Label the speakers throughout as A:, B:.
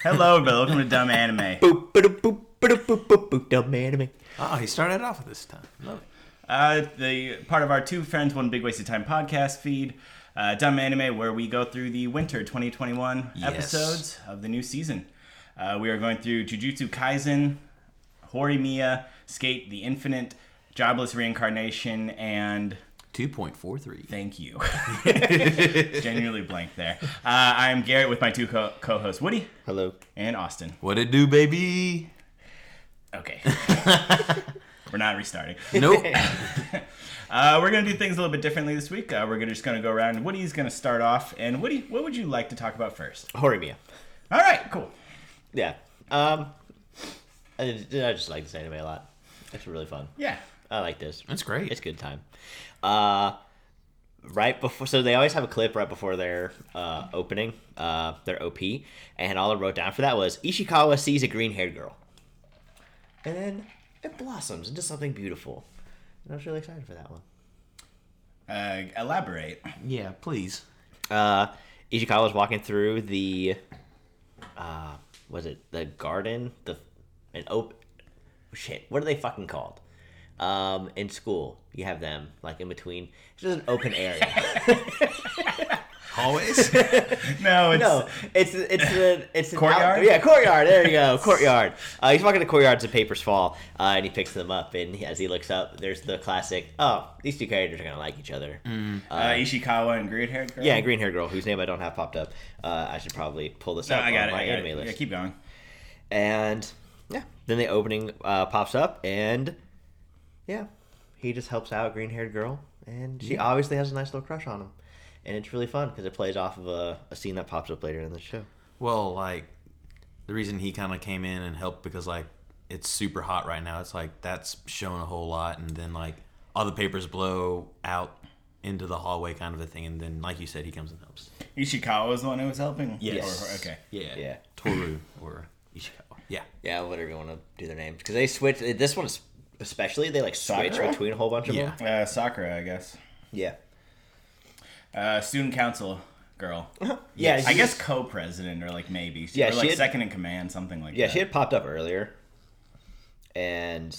A: Hello, everybody. Welcome to Dumb Anime.
B: Boop, boop, boop, boop, boop, boop, boop, dumb anime.
C: Oh, he started off with this time. Love it.
A: Uh, the part of our Two Friends, One Big Waste of Time podcast feed, uh, Dumb Anime, where we go through the winter 2021
C: Yes.
A: episodes of the new season. Uh, we are going through Jujutsu Kaisen, Horimiya, Skate the Infinite, Jobless Reincarnation, and
C: 2.43.
A: thank you. Genuinely blank there. Uh, I'm Garrett with my two co- co-hosts, Woody
B: Hello.
A: and Austin.
C: What it do, baby?
A: Okay. We're not restarting.
C: Nope.
A: Uh, we're going to do things a little bit differently this week. Uh, we're gonna, just going to go around. Woody's going to start off. And Woody, what would you like to talk about first?
B: Horimiya.
A: All right, cool.
B: Yeah. Um, I, I just like this anime a lot. It's really fun.
A: Yeah.
B: I like this.
C: That's great.
B: It's a good time. Uh, right before, so they always have a clip right before their uh, opening, uh, their OP, and all I wrote down for that was Ishikawa sees a green-haired girl, and then it blossoms into something beautiful. And I was really excited for that one.
A: Uh, elaborate.
C: yeah, please.
B: uh, Ishikawa was walking through the, uh, was it the garden? The an open shit. What are they fucking called? Um, in school, you have them like in between. It's just an open area.
C: Always?
A: No, it's.
B: no, it's it's an it's an
A: Courtyard?
B: out- yeah, courtyard. There you go, courtyard. Uh, he's walking to courtyards and papers fall, uh, and he picks them up. And he- as he looks up, there's the classic. Oh, these two characters are gonna like each other.
A: Uh, Ishikawa and Green Hair Girl.
B: Yeah, green hair girl whose name I don't have popped up. Uh, I should probably pull this
A: No,
B: up
A: I got
B: on
A: it.
B: my
A: I got
B: anime
A: it.
B: list.
A: Yeah, keep going.
B: and yeah, then the opening uh, pops up, and yeah, he just helps out green haired girl, and she obviously has a nice little crush on him, and it's really fun because it plays off of a, a scene that pops up later in the show.
C: well, like, the reason he kind of came in and helped because, like, it's super hot right now. It's like that's shown a whole lot, and then, like, all the papers blow out into the hallway kind of a thing, and then, like you said, he comes and helps.
A: Ishikawa was the one who was helping?
B: Yes.
A: Or- okay.
C: Yeah.
B: Yeah.
C: Toru or Ishikawa. Yeah.
B: Yeah, whatever you want to do their names because they switch. This one especially they like switch
A: Sakura?
B: between a whole bunch of
C: Yeah.
B: them.
A: Uh, Sakura, I guess.
B: Yeah.
A: Uh, student council girl.
B: Yeah,
A: I
B: she-
A: guess co president or like maybe.
B: Yeah,
A: or
B: she
A: like
B: had-
A: second in command, something like
B: Yeah,
A: that.
B: she had popped up earlier, and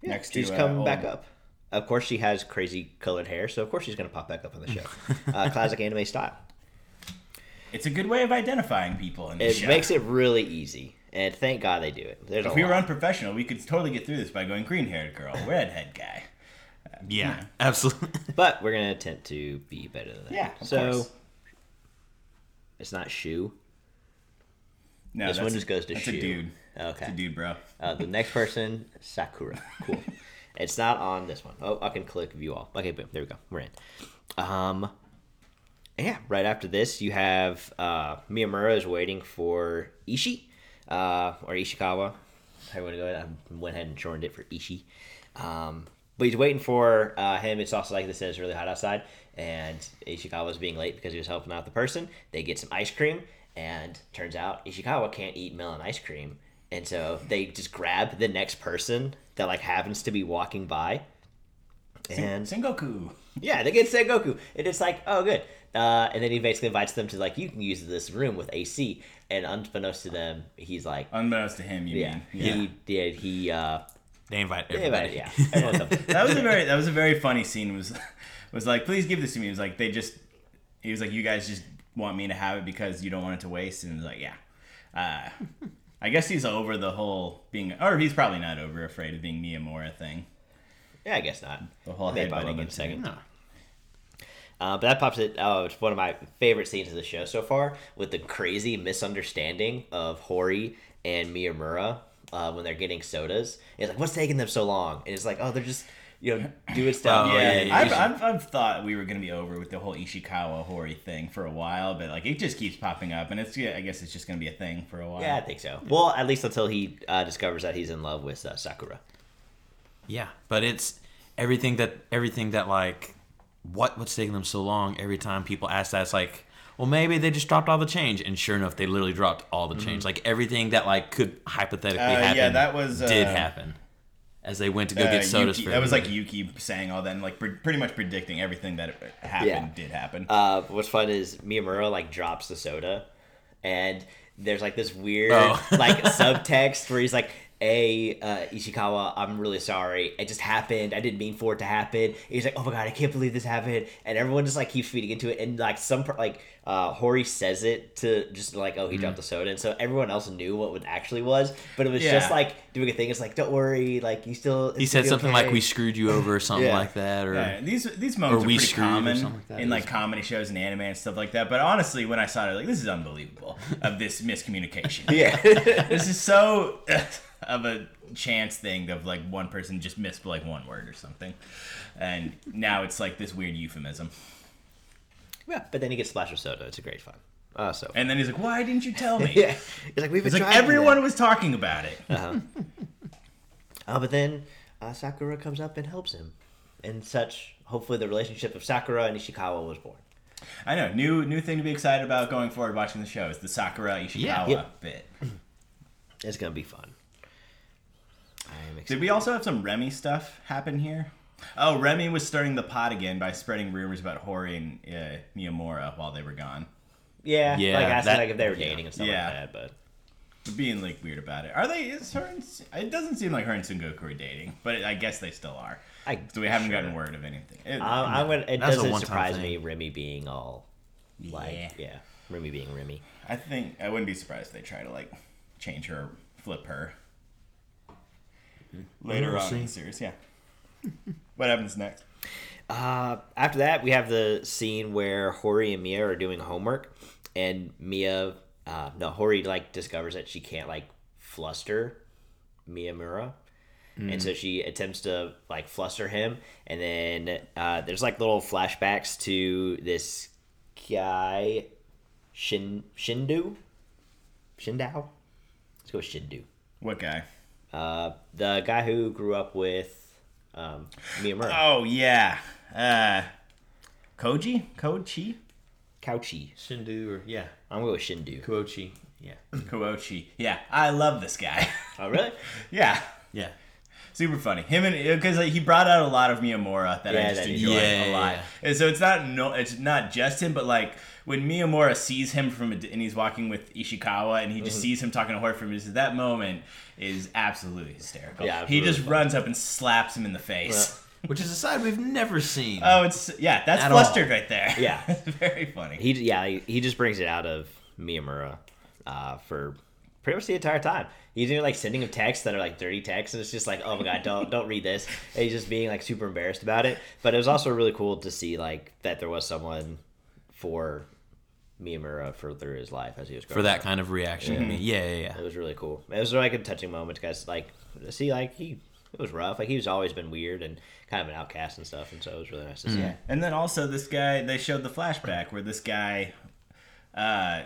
B: yeah,
A: Next to,
B: she's
A: uh,
B: come
A: old-
B: back up. Of course, she has crazy colored hair, so of course she's gonna pop back up on the show. uh, classic anime style.
A: It's a good way of identifying people in the
B: It
A: show.
B: makes it really easy, and thank God they do it. There's a
A: If we
B: lot.
A: were unprofessional, we could totally get through this by going green haired girl, redhead guy. Hmm.
C: Yeah. Absolutely.
B: but we're gonna attempt to be better than that.
A: Yeah, of
B: so
A: course.
B: it's not shoe.
A: No,
B: This
A: that's
B: one
A: a-
B: just goes to
A: that's
B: shoe.
A: a dude.
B: Okay.
A: It's a dude, bro.
B: Uh, the next person, Sakura. Cool. it's not on this one. Oh, I can click view all. Okay, boom. There we go. We're in. Um, yeah. Right after this, you have uh, Miyamura is waiting for Ishi, uh, or Ishikawa. I want to go ahead. I went ahead and shortened it for Ishi. Um, but he's waiting for uh, him. It's also like this says really hot outside, and Ishikawa's being late because he was helping out the person. They get some ice cream, and turns out Ishikawa can't eat melon ice cream, and so they just grab the next person that like happens to be walking by. And
A: Sengoku.
B: yeah, they get Sengoku. And it's like, oh, good. Uh, and then he basically invites them to, like, you can use this room with AC. And unbeknownst to them, he's like,
A: Unbeknownst to him, you
B: yeah,
A: mean? Yeah.
B: he did. He, uh,
C: They invite
B: they
C: everybody.
B: invited, yeah. everyone's up there.
A: That was a very that was a very funny scene. Was was like, please give this to me. It was like they just he was like, you guys just want me to have it because you don't want it to waste. And it was like, yeah. Uh, I guess he's over the whole being, or he's probably not over afraid of being Miyamura thing.
B: Yeah, I guess not.
A: The whole
B: Maybe I'll
A: headbutting
B: look in a
A: incident.
B: second.
C: Oh, No.
B: Uh, but that pops it. Oh, it's one of my favorite scenes of the show so far with the crazy misunderstanding of Hori and Miyamura uh, when they're getting sodas. It's like, what's taking them so long? And it's like, oh, they're just, you know, doing stuff.
C: Oh, yeah,
B: and-
C: yeah,
A: I've, I've, I've thought we were gonna be over with the whole Ishikawa Hori thing for a while, but like it just keeps popping up, and it's yeah, I guess it's just gonna be a thing for a while.
B: Yeah, I think so. Well, at least until he uh, discovers that he's in love with uh, Sakura.
C: Yeah, but it's everything that everything that like what what's taking them so long every time people ask that it's like well maybe they just dropped all the change and sure enough they literally dropped all the change like everything that like could hypothetically
A: Mm-hmm. Uh, yeah,
C: happen
A: that was, uh,
C: did happen as they went to go
A: Uh,
C: get sodas
A: Yuki,
C: for
A: that was like
C: everybody.
A: Yuki saying all that and like pre- pretty much predicting everything that uh, happened
B: Yeah.
A: did happen.
B: Uh, what's fun is Miyamura like drops the soda, and there's like this weird
C: Oh.
B: like subtext where he's like, "Hey, uh, Ishikawa, I'm really sorry. It just happened. I didn't mean for it to happen." And he's like, "Oh my god, I can't believe this happened," and everyone just like keeps feeding into it. And like some per- like uh, Hori says it to just like, "Oh, he
C: Mm.
B: dropped the soda," and so everyone else knew what it actually was, but it was just
A: Yeah.
B: like doing a thing. It's like, "Don't worry, like you still." it's
C: He
B: gonna
C: said
B: be
C: something like
B: okay."
C: we screwed you over or something
B: Yeah.
C: like that or
A: Yeah, Uh, these these moments
C: Or
A: are
C: We
A: pretty
C: Screwed or
A: common
C: something like that,
A: in like
C: isn't
A: comedy shows and anime and stuff like that. But honestly, when I saw it, like this is unbelievable of this miscommunication.
B: Yeah.
A: this is so of a chance thing of like one person just missed like one word or something, and now it's like this weird euphemism.
B: yeah, but then he gets splash of soda. It's a great fun. Uh, so
A: And then he's like, "Why didn't you tell me?"
B: yeah, it's like we've been
A: It's like
B: trying to-
A: everyone was talking about it.
B: Uh, but then uh, Sakura comes up and helps him, and such. Hopefully, the relationship of Sakura and Ishikawa was born.
A: I know. New new thing to be excited about going forward watching the show is the Sakura Ishikawa
C: Yeah.
B: Yeah.
A: bit.
B: It's gonna be fun. I am
A: Did
B: excited.
A: we also have some Remy stuff happen here? Oh, Remy was stirring the pot again by spreading rumors about Hori and uh, Miyamura while they were gone,
B: Yeah,
C: Yeah,
B: like asking
C: that-
B: like if they were dating and stuff
A: Yeah.
B: like that. But
A: But being like weird about it. Are they? Is her? And, it doesn't seem like her and Sengoku are dating, but I guess they still are.
B: I-
A: so we haven't
B: sure. Uh,
A: gotten word of anything. It-
B: I, I'm gonna. It
C: That's a
B: doesn't
C: one-time
B: surprise
C: thing.
B: me. Remy being all like yeah,
A: Yeah.
B: Remy being Remy.
A: I think I wouldn't be surprised if they try to like change her, flip her later
C: We'll
A: on in the series. Yeah. what happens next?
B: Uh, after that, we have the scene where Hori and Mia are doing homework, and Mia, uh, no, Hori like discovers that she can't like fluster Miyamura. And so she attempts to like fluster him, and then uh, there's like little flashbacks to this guy, Shin Shindu, Shindao. Let's go with Shindu,
A: What guy?
B: uh, the guy who grew up with um, Miyamura,
A: Oh yeah, uh, Koji, Koji,
B: Kauchi.
C: Shindu or yeah
B: I'm gonna go with Shindu.
C: Kuochi yeah
A: Koichi. Yeah, I love this guy.
B: Oh really?
A: yeah,
C: yeah
A: super funny. Him and because like, he brought out a lot of Miyamura that
B: Yeah,
A: I just
B: that he-
A: enjoy
C: Yeah,
A: a lot.
C: yeah,
A: And so it's not no, it's not just him, but like when Miyamura sees him from a, di- and he's walking with Ishikawa and he
B: Mm-hmm.
A: just sees him talking to Hori from just that moment is absolutely hysterical.
B: Yeah,
A: he just
B: absolutely
A: runs up and slaps him in the face.
C: which is a side we've never seen
A: oh, it's yeah, that's
C: At all.
A: flustered right there.
B: Yeah.
A: It's very funny.
B: He yeah, he, he just brings it out of Miyamura uh, for pretty much the entire time. He's even like sending him texts that are like dirty texts, and it's just like, oh my god, don't don't read this. And he's just being like super embarrassed about it. But it was also really cool to see like that there was someone for Miyamura for through his life as he was growing.
C: for
B: up.
C: that kind of reaction yeah
A: Mm-hmm.
C: yeah yeah,
B: it was really cool. It was like a touching moment, guys. Like to see like he. It was rough. Like he's always been weird and kind of an outcast and stuff, and so it was really nice to see.
C: Mm.
A: And then also this guy, they showed the flashback where this guy, uh,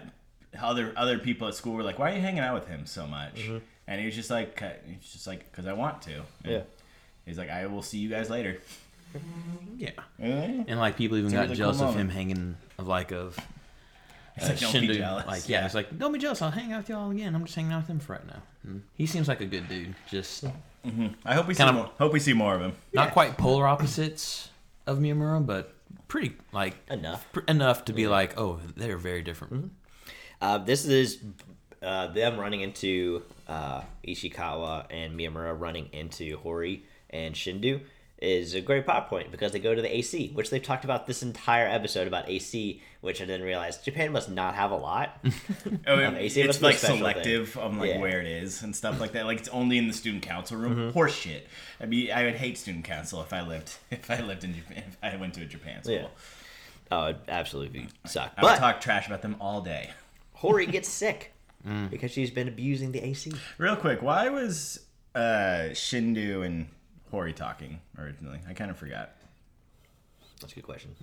A: other other people at school were like, "Why are you hanging out with him so much?"
B: Mm-hmm.
A: And he was just like, "Ca- "He's just like, because I want to." And
B: Yeah.
A: He's like, "I will see you guys later."
C: yeah
A: Eh?
C: and like people even
A: It's a
C: got
A: really cool
C: jealous of him
A: moment.
C: hanging of like of
A: It's like,
C: uh,
A: don't
C: Shindu.
A: be jealous.
C: Like, yeah, it's like, don't be jealous. I'll hang out with y'all again. I'm just hanging out with him for right now.
A: Hmm.
C: Mm. He seems like a good dude. Just
A: I hope we see
C: Kinda-
A: more. Hope we see more of him.
C: not quite polar opposites of Miyamura, but pretty like
B: Enough.
C: pr- enough to be like, oh, they're very different.
A: Mm-hmm.
B: Uh, this is uh, them running into uh, Ishikawa and Miyamura running into Hori and Shindu is a great plot point because they go to the AC, which they've talked about this entire episode about AC, which I didn't realize Japan must not have a lot.
A: Oh,
B: no,
A: it-
B: you see,
A: it's
B: that's my
A: like
B: special thing.
A: selective on like
B: Yeah. Mm-hmm.
A: where it is and stuff like that. Like it's only in the student council room. Horseshit. I mean, I would hate student council if I lived if I lived in Japan. If I went to a Japan school,
B: Yeah. oh, it absolutely suck.
A: I
B: But
A: would talk trash about them all day.
B: Hori gets sick
A: Mm.
B: because she's been abusing the AC.
A: Real quick, why was uh, Shindu and Hori talking originally? I kind of forgot.
B: That's a good question.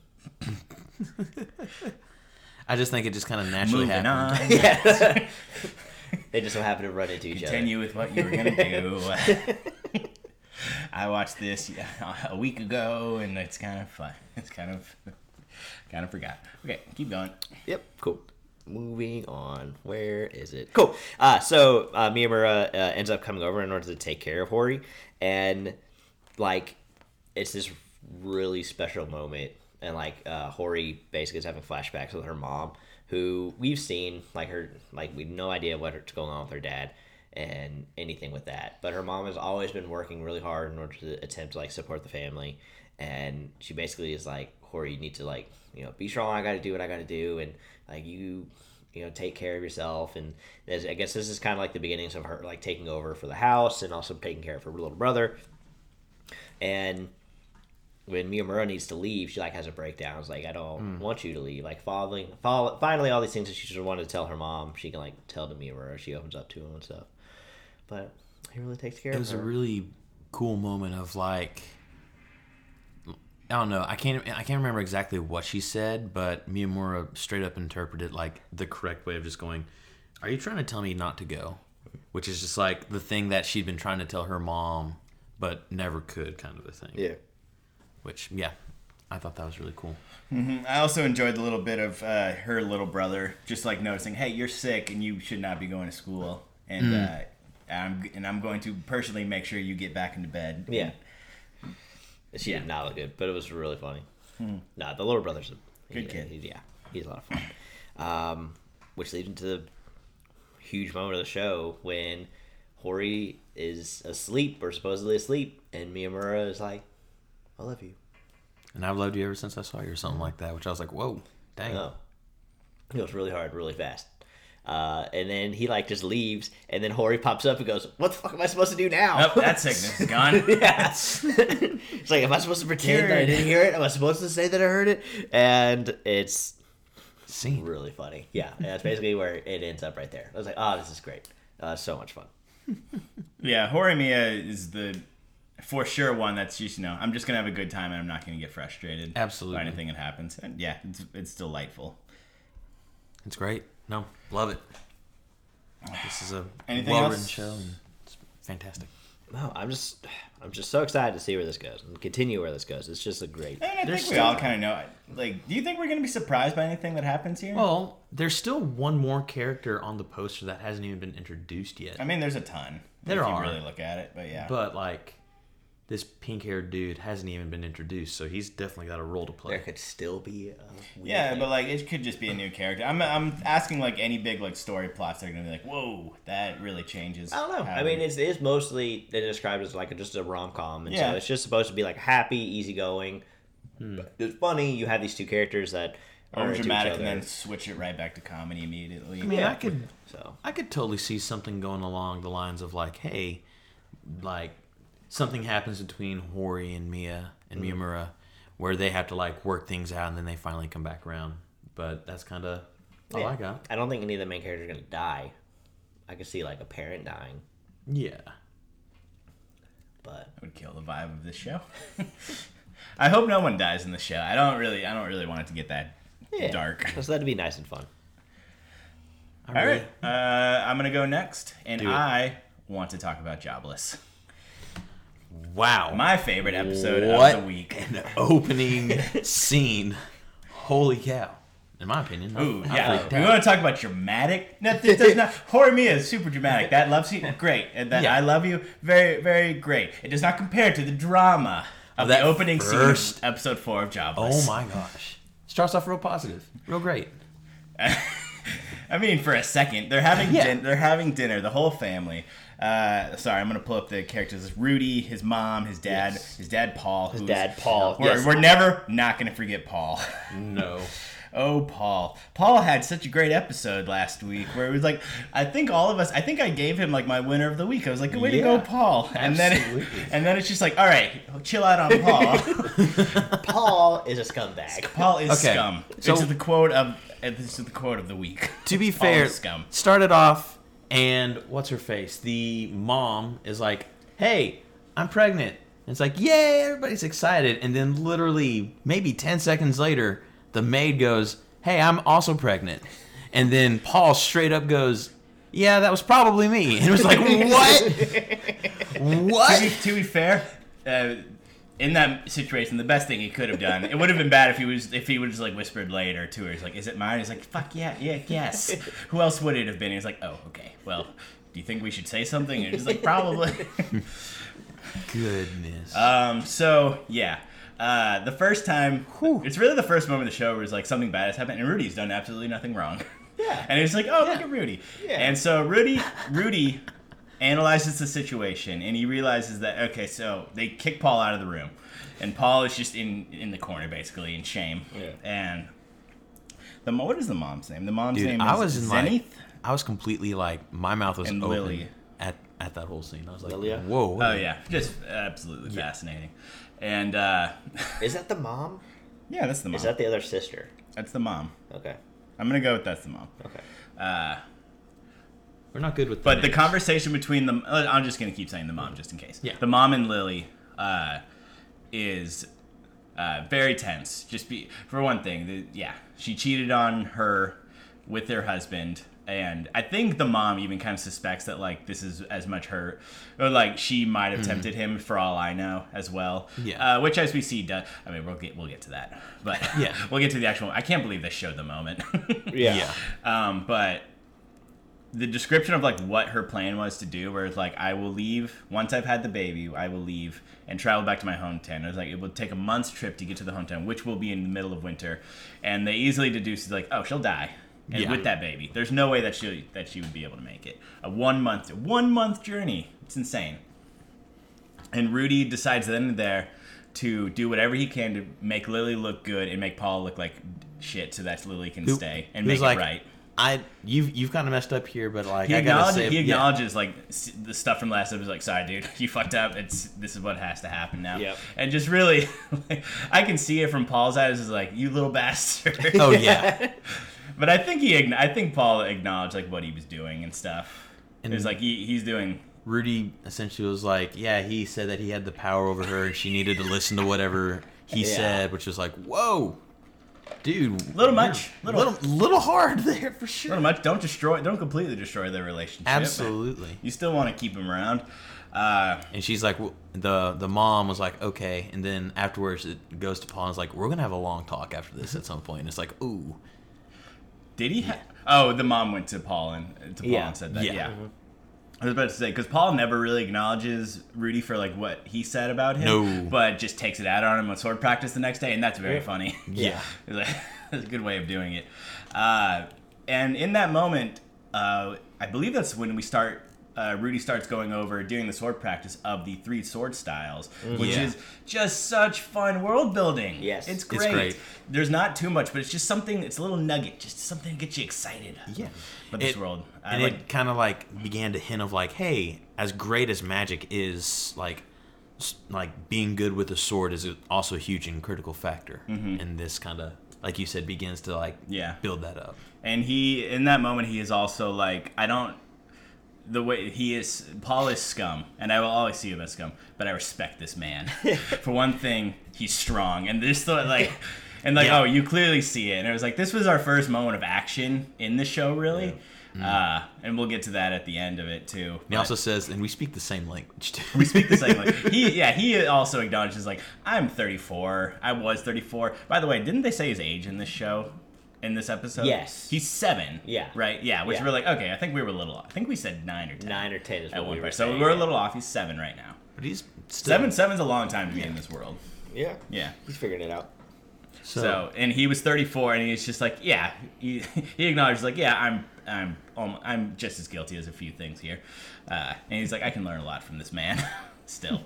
C: I just think it just kind of naturally
A: Moving
C: happened.
A: on,
B: Yeah. they just so happen to run into each other.
A: continue with what you were gonna do. I watched this yeah, a week ago, and it's kind of fun. It's kind of kind of forgot. Okay, keep going.
B: Yep. Cool. Moving on. Where is it? Cool. Uh, so uh, Miyamura uh, ends up coming over in order to take care of Hori, and like it's this really special moment, and like uh, Hori basically is having flashbacks with her mom, who we've seen like her like we've no idea what's going on with her dad and anything with that. But her mom has always been working really hard in order to attempt to like support the family, and she basically is like, Corey, you need to like you know be strong. I got to do what I got to do, and like you you know take care of yourself and there's- i guess this is kind of like the beginnings of her like taking over for the house and also taking care of her little brother and when Miyamura needs to leave, she like has a breakdown. It's like I
C: Hmm.
B: don't want you to leave. Like following, follow, finally, all these things that she just wanted to tell her mom, she can like tell to Miyamura. She opens up to him and stuff. But he really takes care
C: It
B: of
C: was
B: her.
C: a really cool moment of like I don't know. I can't. I can't remember exactly what she said, but Miyamura straight up interpreted like the correct way of just going. Are you trying to tell me not to go? Which is just like the thing that she'd been trying to tell her mom, but never could, kind of a thing.
B: yeah,
C: Which, yeah, I thought that was really cool.
A: I also enjoyed the little bit of uh, her little brother just like noticing, hey, you're sick and you should not be going to school, and uh, I'm and I'm going to personally make sure you get back into bed.
B: yeah. She
A: Yeah. Hmm.
B: did not look good, but it was really funny. No, the little brother's a
A: Good
B: he-
A: kid.
B: he- yeah, he's a lot of fun. Um, which leads into the huge moment of the show when Hori is asleep or supposedly asleep, and Miyamura is like, "I love you."
C: And I've loved you ever since I saw you, or something like that. Which I was like, whoa, dang.
B: No. Oh. It was really hard, really fast. Uh, and then he like just leaves, and then Hori pops up and goes, "What the fuck am I supposed to do now?"
A: Oh, that sickness is gone.
B: Yes. it's like, am I supposed to pretend that I
A: Cured.
B: didn't hear it? Am I supposed to say that I heard it? And it's
C: Scene.
B: really funny. Yeah, and that's basically where it ends up right there. I was like, oh, this is great. Uh, so much fun.
A: Yeah, Horimiya is the for sure one that's just you know I'm just gonna have a good time and I'm not gonna get frustrated.
C: Absolutely.
A: by anything that happens. And yeah, it's it's delightful.
C: It's great. No, love it. This is a
A: Anything
C: well-written
A: else?
C: show. And it's fantastic.
B: No, I'm just, I'm just so excited to see where this goes and continue where this goes. It's just a great.
A: And I
C: There's
A: think we
C: still-
A: all kind of know. it. Like, do you think we're gonna be surprised by anything that happens here?
C: Well, there's still one more character on the poster that hasn't even been introduced yet.
A: I mean, there's a ton.
C: There
A: if
C: are.
A: You really look at it, but yeah.
C: But like, this pink-haired dude hasn't even been introduced, so he's definitely got a role to
B: There
C: play.
B: could still be. A weird
A: yeah,
B: thing.
A: but like it could just be a new character. I'm I'm asking like any big like story plots that are gonna be like, whoa, that really changes.
B: I don't know.
A: how
B: I mean,
A: we-"
B: it's, it's mostly they're described as like just a rom com, and
A: Yeah.
B: so it's just supposed to be like happy, easygoing. But It's funny. You have these two characters that are
A: over
B: into each
A: dramatic
B: other,
A: and then switch it right back to comedy immediately.
C: I mean, I could,
B: so
C: I could totally see something going along the lines of like, hey, like something happens between Hori and Mia and Miyamura, where they have to like work things out, and then they finally come back around. But that's kind of all
B: Yeah.
C: I got.
B: I don't think any of the main characters are gonna die. I could see like a parent dying,
C: Yeah.
B: but
A: would kill the vibe of this show. I hope no one dies in the show. I don't really, I don't really want it to get that
B: yeah.
A: dark.
B: So that'd be nice and fun.
C: I
A: All
C: really-
A: right, uh, I'm gonna go next, and
C: Do it.
A: I want to talk about Jobless,
C: Wow.
A: my favorite episode
C: What?
A: of the week.
C: an opening scene. Holy cow! In my opinion. I'm-
A: Ooh,
C: I'm
A: yeah.
C: freaked
A: We
C: out.
A: want to talk about dramatic. No, that does not. Horror Mia is super dramatic. That love scene, great. And that
C: Yeah.
A: I love you, very, very great. It does not compare to the drama of
C: That
A: the opening scene,
C: first-
A: of episode four of Jobless.
C: Oh my gosh! Starts off real positive, real great.
A: I mean, for a second, they're having
C: Yeah.
A: din- they're having dinner, the whole family. Uh, sorry, I'm gonna pull up the characters: It's Rudy, his mom, his dad,
B: Yes.
A: his dad Paul. His
B: dad, Paul,
A: We're,
B: yes.
A: we're never not gonna forget Paul.
C: No.
A: Oh, Paul. Paul had such a great episode last week where it was like, I think all of us, I think I gave him like my winner of the week. I was like, way to go,
C: Yeah,
A: Paul. And then,
C: absolutely.
A: and then it's just like, all right, chill out on Paul.
B: Paul is a scumbag.
A: Paul is
C: Okay,
A: scum.
C: so-
A: this is the quote of uh, this is the quote of the week.
C: To be
A: Paul
C: fair,
A: is scum.
C: started off and what's her face? The mom is like, "Hey, I'm pregnant." And it's like, "Yay!" Everybody's excited, and then literally maybe ten seconds later, the maid goes, "Hey, I'm also pregnant," and then Paul straight up goes. Yeah, that was probably me. And it was like, what? what?
A: To be, to be fair, uh, in that situation, the best thing he could have done, it would have been bad if he was if he would have just like whispered later to her, he's like, "Is it mine?" He's like, "Fuck yeah, yeah, yes." Who else would it have been? He's like, "Oh, okay. Well, do you think we should say something?" And he's like, "Probably."
C: Goodness.
A: um, so yeah, Uh, the first time, it's really the first moment of the show where it's like something bad has happened, and Rudy's done absolutely nothing wrong.
B: Yeah.
A: And it's like, oh, look at Rudy.
B: Yeah.
A: And so Rudy, Rudy analyzes the situation, and he realizes that okay, so they kick Paul out of the room, and Paul is just in in the corner basically in shame.
B: Yeah.
A: And the mo- what is the mom's name? The mom's
C: Dude,
A: name
C: I
A: is
C: was in
A: Zenith.
C: like, I was completely like, my mouth was
A: And
C: open
A: Lily.
C: at at that whole scene. I was like,
B: Lilia?
C: whoa. what
A: Oh
C: the-
A: yeah, just absolutely fascinating. And uh,
B: Is that the mom?
A: yeah, that's the mom.
B: Is that the other sister?
A: that's the mom.
B: Okay.
A: I'm gonna go with that's the mom.
B: Okay.
C: We're not good with.
A: But the
C: names.
A: conversation between them, uh, I'm just gonna keep saying the mom just in case.
C: Yeah.
A: The mom and Lily uh, is uh, very tense. Just be for one thing, the, yeah, she cheated on her with their husband, and I think the mom even kind of suspects that like this is as much her, or like she might have tempted him for all I know as well.
C: Mm-hmm. Yeah.
A: Uh, which as we see, does, I mean, we'll get we'll get to that, but
C: Yeah.
A: we'll get to the actual. I can't believe they showed the moment.
B: Yeah.
C: yeah.
A: Um, but the description of like what her plan was to do, where it's like, I will leave once I've had the baby, I will leave and travel back to my hometown. It was like it will take a month's trip to get to the hometown, which will be in the middle of winter. And they easily deduce is like, oh, she'll die. And
C: Yeah.
A: with that baby, there's no way that she that she would be able to make it. A one month one month journey. It's insane. And Rudy decides then and there to do whatever he can to make Lily look good and make Paul look like shit, so that Lily can
C: Who-
A: stay and
C: who's
A: make
C: like,
A: it right
C: I you've you've kind of messed up here, but like
A: he
C: I gotta
A: acknowledges,
C: say,
A: he
C: yeah.
A: acknowledges like s- the stuff from last episode. Like, sorry, dude, you fucked up. It's this is what has to happen now.
B: Yep.
A: And just really, like, I can see it from Paul's eyes. Is like, you little bastard.
C: Oh yeah.
A: but I think he, ackn- I think Paul acknowledged like what he was doing and stuff. it was like he, he's doing.
C: Rudy essentially was like, yeah, he said that he had the power over her and she needed to listen to whatever he
B: Yeah.
C: said, which was like, whoa, dude,
A: Little much,
C: little,
A: little-
C: little, little hard there for sure.
A: Pretty much, don't destroy, don't completely destroy their relationship.
C: Absolutely.
A: You still want to keep him around. Uh,
C: And she's like, w- the the mom was like, okay, and then afterwards it goes to Paul and is like, we're gonna have a long talk after this at some point, and it's like, ooh,
A: Did he? Ha- oh, the mom went to Paul and uh, to Paul
B: Yeah.
A: and said that. Yeah.
C: Yeah.
A: I was about to say because Paul never really acknowledges Rudy for like what he said about him,
C: No.
A: but just takes it out on him on sword practice the next day, and that's very
B: Yeah.
A: funny.
C: Yeah.
A: It's like- that's a good way of doing it. Uh, and in that moment, uh, I believe that's when we start. Uh, Rudy starts going over doing the sword practice of the three sword styles, which
C: Yeah.
A: is just such fun world building.
B: Yes.
A: it's
C: It's
A: great.
C: great.
A: There's not too much, but it's just something. It's a little nugget, just something to get you excited.
C: yeah.
A: But this
C: It-
A: world, I
C: and
A: like.
C: it kind of like began to hint of like, hey, as great as magic is, like, s- like being good with a sword is also a huge and critical factor. And this kind of, like you said, begins to like
A: Mm-hmm. Yeah.
C: build that up.
A: and he, in that moment, he is also like, I don't. The way he is, Paul is scum, and I will always see him as scum. But I respect this man. For one thing, he's strong, and this thought like. And like,
C: Yeah.
A: oh, you clearly see it. And it was like, this was our first moment of action in the show, really. Uh, and we'll get to that at the end of it too.
C: And Mm. he also says, and we speak the same language too.
A: we speak the same language. He, yeah, he also acknowledges like I'm 34. I was 34. By the way, didn't they say his age in this show, in this episode?
B: Yes.
A: he's seven.
B: Yeah.
A: right. Yeah, which
B: Yeah.
A: we're like, okay, I think we were a little. off. I think we said nine or ten.
B: Nine or ten is
A: at
B: what
A: one
B: we were
A: point. So
B: saying,
A: we're a
B: yeah.
A: little off. He's seven right now.
C: but he's still,
A: Seven, seven's a long time to be in this world.
B: Yeah.
A: Yeah.
B: He's figuring it out.
C: So,
A: So, and he was 34, and he's just like, yeah, he, he acknowledges like, yeah, I'm, I'm, almo- I'm just as guilty as a few things here, uh, and he's like, I can learn a lot from this man, still.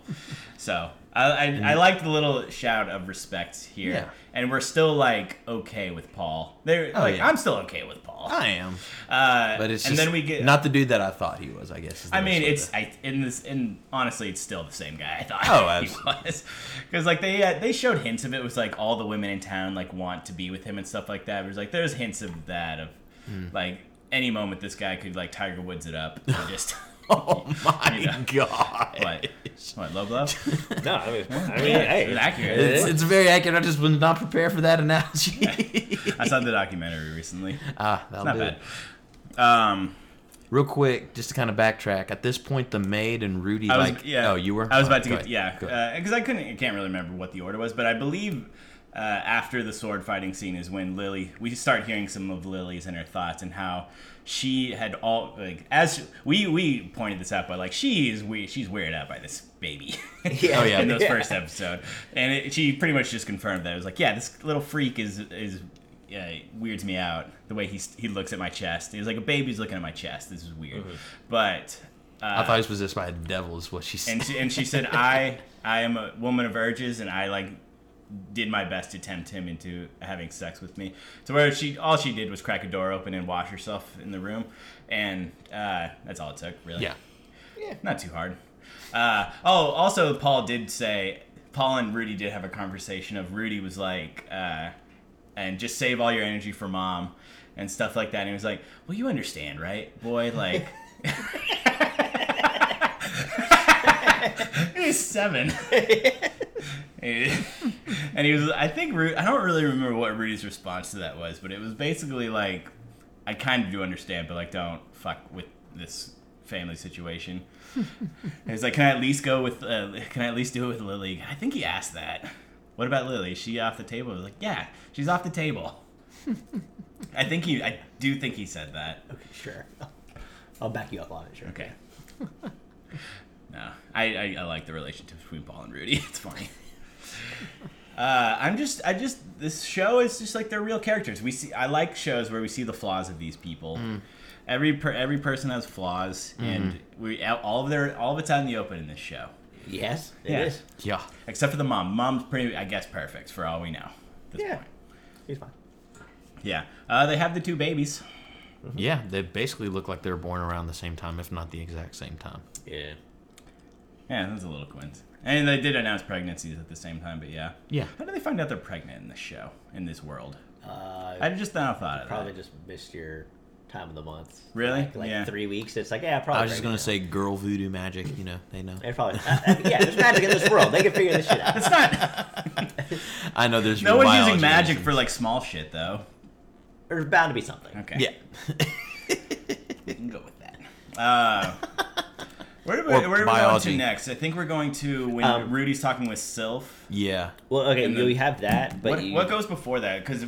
A: so I, I, I like the little shout of respect here,
C: Yeah.
A: and we're still like okay with Paul. They're
C: Oh,
A: like,
C: yeah.
A: I'm still okay with Paul.
C: I am,
A: Uh,
C: but it's
A: and
C: just
A: then we get.
C: not the dude that I thought he was. I guess. is the
A: I
C: best
A: mean,
C: way
A: it's
C: to-
A: I, in this, and honestly, it's still the same guy. I thought.
C: Oh,
A: he was because like they uh, they showed hints of it was like all the women in town like want to be with him and stuff like that. It was like there's hints of that of
C: Hmm.
A: like any moment this guy could like Tiger Woods it up. and just
C: Oh my
A: you know.
C: god!
A: what what love love.
B: No, I mean, I mean
A: Yeah,
B: hey.
A: it was accurate.
C: It's, it's very accurate. I just was not prepared for that analogy.
A: I saw the documentary recently.
C: ah, that'll
A: Not
C: do it.
A: bad. Um,
C: Real quick, just to kind of backtrack. At this point, the maid and Rudy
A: I was
C: like,
A: yeah.
C: oh, you were.
A: I was
C: Oh,
A: about to
C: go
A: get
C: ahead.
A: yeah uh,
C: Go ahead.
A: because I couldn't I can't really remember what the order was, but I believe uh, after the sword fighting scene is when Lily we start hearing some of Lily's and her thoughts and how she had all like as we we pointed this out but like she is we she's weirded out by this baby
B: Yeah.
C: Oh, yeah.
A: in those
B: Yeah.
A: first episode and it, she pretty much just confirmed that it was like yeah this little freak is is yeah, it weirds me out the way he he looks at my chest he's like a baby's looking at my chest this is weird
C: Mm-hmm.
A: but
C: I thought he was possessed by a devil, is what she said.
A: uh, and she, and she said, "I I am a woman of urges, and I like did my best to tempt him into having sex with me." So where she all she did was crack a door open and wash herself in the room, and uh, that's all it took, really.
C: yeah.
A: not too hard. Uh, oh, also Paul did say Paul and Rudy did have a conversation of Rudy was like, uh, and just save all your energy for mom and stuff like that. And he was like, well, you understand, right, boy? Like. He's seven. and he was, I think, Ru- I don't really remember what Rudy's response to that was, but it was basically like, I kind of do understand, but like, don't fuck with this family situation. And He's like, can I at least go with, uh, can I at least do it with Lily? I think he asked that. What about Lily? Is she off the table? I was like, yeah, she's off the table. I think he, I do think he said that.
B: Okay, sure. I'll back you up on it, sure.
A: Okay. no, I, I, I like the relationship between Paul and Rudy. It's funny. Uh, I'm just, I just, this show is just like they're real characters. We see, I like shows where we see the flaws of these people. Every per, every person has flaws, and we all of their all of it's out in the open in this show,
B: Yes, it is.
A: Yeah.
C: Yeah.
A: except for the mom. Mom's pretty, I guess, perfect for all we know. at this
B: Yeah.
A: point.
B: He's fine.
A: yeah. Uh, they have the two babies. Mm-hmm.
C: Yeah, they basically look like they were born around the same time, if not the exact same time.
B: Yeah.
A: Yeah, that's a little coincidence. And they did announce pregnancies at the same time, but yeah.
C: Yeah.
A: How do they find out they're pregnant in this show, in this world?
B: Uh,
A: I just not thought of
B: probably
A: that.
B: just missed your time of the month.
A: Really?
B: Like, like
A: Yeah.
B: three weeks. It's like, yeah, probably.
C: I was just
B: right
C: gonna
B: now.
C: say girl voodoo magic. You know, they know.
B: They're probably. uh, uh, yeah, there's magic in this world. They can figure this shit out.
A: It's not.
C: I know there's
A: No one's
C: biology
A: using magic
C: reasons.
A: for like small shit though.
B: There's bound to be something.
A: Okay.
C: yeah,
A: we can go with that. Uh, where do we, where
C: Or
A: do we go to
C: biology.
A: next? I think we're going to when
B: Um,
A: Rudy's talking with Sylph.
C: yeah.
B: Well, okay,
A: And
B: you
A: then-
B: have that, but
A: What,
B: you,
A: what goes before that? Because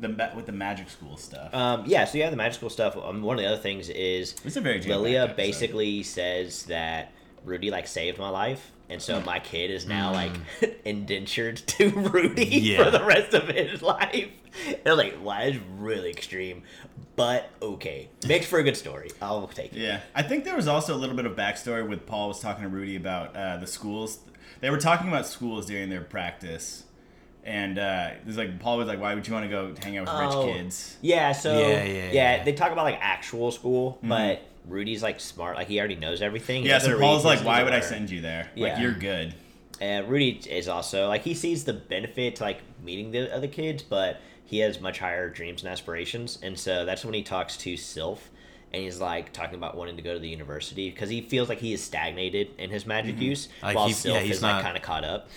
A: the ma- with the magic school stuff.
B: Um, yeah, so you have the magical stuff. Um, one of the other things is
A: It's a very jam-packed
B: Lilia
A: episode.
B: basically says that Rudy like saved my life, and so my kid is now
A: Mm.
B: like indentured to Rudy
C: Yeah.
B: for the rest of his life. And like, why is really extreme, but okay, makes for a good story. I'll take it.
A: Yeah, I think there was also a little bit of backstory with Paul was talking to Rudy about uh, the schools. They were talking about schools during their practice, and uh, there's like Paul was like, "Why would you want to go hang out with
B: Oh.
A: rich kids?"
B: Yeah, so
C: Yeah,
B: yeah,
C: yeah, yeah. Mm-hmm.
B: they talk about like actual school, but Rudy's like smart, like he already knows everything. He
A: Yeah,
B: doesn't
A: so
B: read,
A: Paul's
B: he
A: like,
B: doesn't
A: "Why would I
B: learn."
A: send you there?
B: Yeah.
A: Like, you're good."
B: And Rudy is also like he sees the benefit to like meeting the other kids, but he has much higher dreams and aspirations. And so that's when he talks to Sylph and he's like talking about wanting to go to the university because he feels like he is stagnated in his magic use
C: Mm-hmm. Like,
B: while
C: he-
B: Sylph
C: yeah, he's
B: is
C: not-
B: like kind of caught up.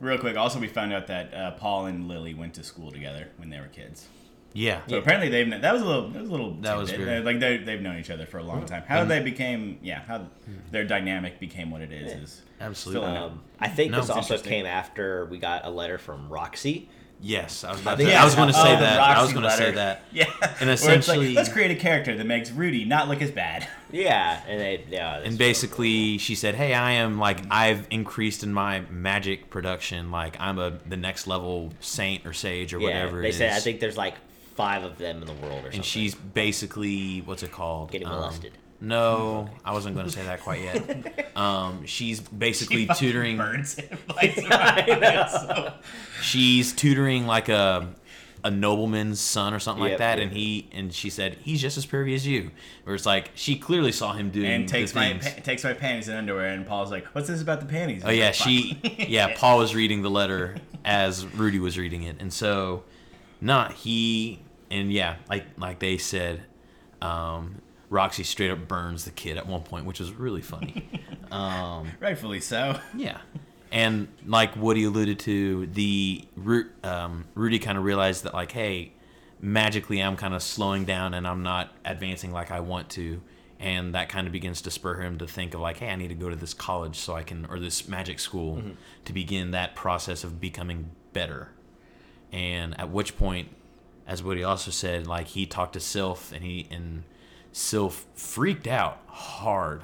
A: Real quick, also we found out that uh, Paul and Lily went to school together when they were kids.
C: Yeah.
A: So apparently they've kn- that was a little that was a little
C: That was
A: tidbit.
C: weird.
A: Uh, like they they've known each other for a
B: Mm.
A: long time. How they became yeah how their dynamic became what it is is
C: Absolutely.
A: still
B: Um, I think
C: No,
B: this
C: it's
B: also
A: interesting.
B: came after we got a letter from Roxy.
C: Yes, I was about to.
B: think-
C: I was going to
B: Yeah.
C: say
B: Oh, the
C: that. I was
A: Roxy
C: going to say
A: letter.
C: that.
A: Yeah.
C: And
A: Where it's
C: essentially-
A: like, let's create a character that makes Rudy not look as bad.
B: Yeah, and they yeah, that's-
C: And basically, she said, "Hey, I am like I've increased in my magic production. Like I'm a the next level saint or sage or
B: yeah,
C: whatever."
B: they
C: it
B: said I
C: is."
B: think there's like five of them in the world or something.
C: and she's basically what's it called?
B: Getting
C: Um,
B: molested.
C: no, I wasn't going to say that quite yet. Um, she's basically
A: He fucking
C: tutoring.
A: burns him, bites him out. It's so-
C: She's tutoring like a a nobleman's son or something like
B: Yep,
C: that,
B: yep.
C: and he and she said he's just as pervy as you. Where it's like she clearly saw him doing
A: and takes
C: the
A: my
C: things.
A: pa- takes my panties and underwear, and Paul's like, "What's this about the panties?"
C: Oh yeah, she yeah, Paul was reading the letter as Rudy was reading it. And so not he and yeah, like like they said, um, Roxy straight up burns the kid at one point, which was really funny.
A: rightfully so.
C: yeah. And like Woody alluded to, the Ru- um, Rudy kind of realized that like, hey, magically I'm kind of slowing down and I'm not advancing like I want to. and that kind of begins to spur him to think of like, hey, I need to go to this college so I can, or this magic school, to begin that process of becoming better. And at which point, as Woody also said, like he talked to Sylph, and he and Sylph freaked out hard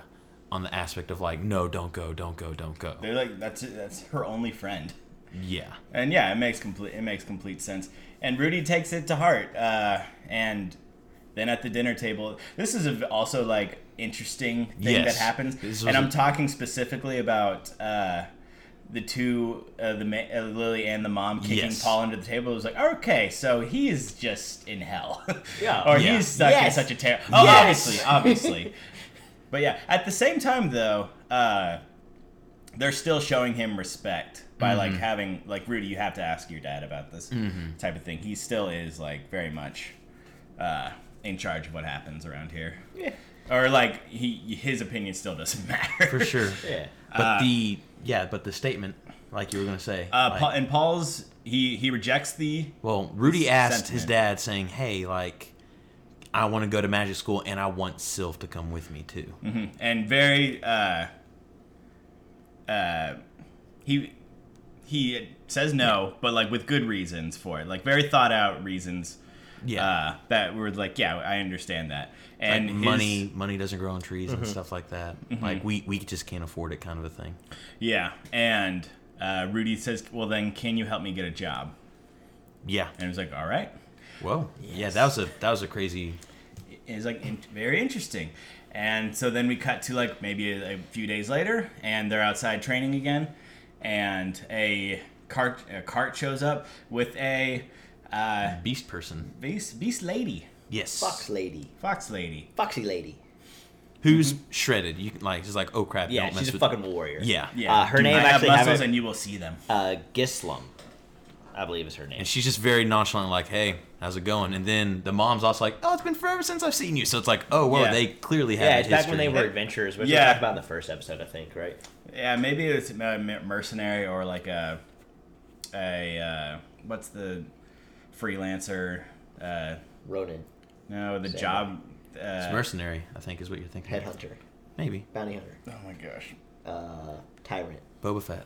C: on the aspect of like, no, don't go, don't go, don't go.
A: They're like that's that's her only friend.
C: Yeah,
A: and yeah, it makes complete it makes complete sense. And Rudy takes it to heart. Uh, and then at the dinner table, this is a, also like interesting thing
C: Yes.
A: that happens.
C: This
A: And
C: was
A: I'm
C: a-
A: talking specifically about uh, the two, uh, the ma- uh, Lily and the mom kicking
C: Yes.
A: Paul under the table. It was like, okay, so he is just in hell,
B: Yeah.
A: or
C: Yeah.
A: he's stuck
B: Yes.
A: in such a terror. Oh,
B: Yes.
A: obviously, obviously. but yeah, at the same time though. Uh, they're still showing him respect by like
C: Mm-hmm.
A: having like Rudy, you have to ask your dad about this type of thing. He still is like very much uh, in charge of what happens around here,
B: Yeah.
A: or like he his opinion still doesn't matter
C: for sure.
B: Yeah.
C: But the yeah, but the statement, like you were gonna say,
A: Uh,
C: like-
A: Paul, and Paul's he he rejects the
C: Well, Rudy asked his
A: sentiment.
C: dad, saying, "Hey, like, I want to go to magic school, and I want Sylph to come with me too."
A: and very uh, uh, he he says no, but like with good reasons for it, like very thought out reasons.
C: Yeah,
A: uh, that were like, yeah, I understand that.
C: and
A: And his-
C: money, money doesn't grow on trees and stuff like that. Like we, we just can't afford it, kind of a thing.
A: yeah. And uh, Rudy says, well, then can you help me get a job?
C: Yeah.
A: And he's like, all right.
C: Whoa. Yeah, that was a that was a crazy.
A: And He's like, in- very interesting. And so then we cut to like maybe a, a few days later, and they're outside training again, and a cart a cart shows up with a uh,
C: Beast person.
A: beast beast lady,
C: Yes.
B: Fox lady.
A: fox lady.
B: Foxy lady.
C: Who's shredded? You can, like she's like, oh crap.
B: Yeah,
C: don't mess
B: she's a
C: with
B: fucking warrior.
C: Yeah.
A: Yeah,
B: Uh, her
A: do
B: name
A: not
B: actually
A: have
B: have
A: muscles,
B: it-
A: and you will see them.
B: Uh, Gislum, I believe is her name.
C: And she's just very nonchalant, like, "Hey, how's it going?" And then the mom's also like, "Oh, it's been forever since I've seen you." So it's like, "Oh, whoa,
A: Yeah.
C: they clearly have."
B: yeah, it's back
C: history.
B: when they were adventurers, which
A: Yeah.
B: we talked about in the first episode, I think, right?
A: Yeah, maybe it's a mer- mercenary or like a a uh, what's the freelancer? Uh,
B: Ronan,
A: no, the
B: Sandra.
A: job.
C: It's
A: Uh,
C: mercenary, I think, is what you're thinking.
B: headhunter,
C: Maybe.
B: bounty hunter,
A: oh my gosh.
B: uh, tyrant.
C: Boba Fett.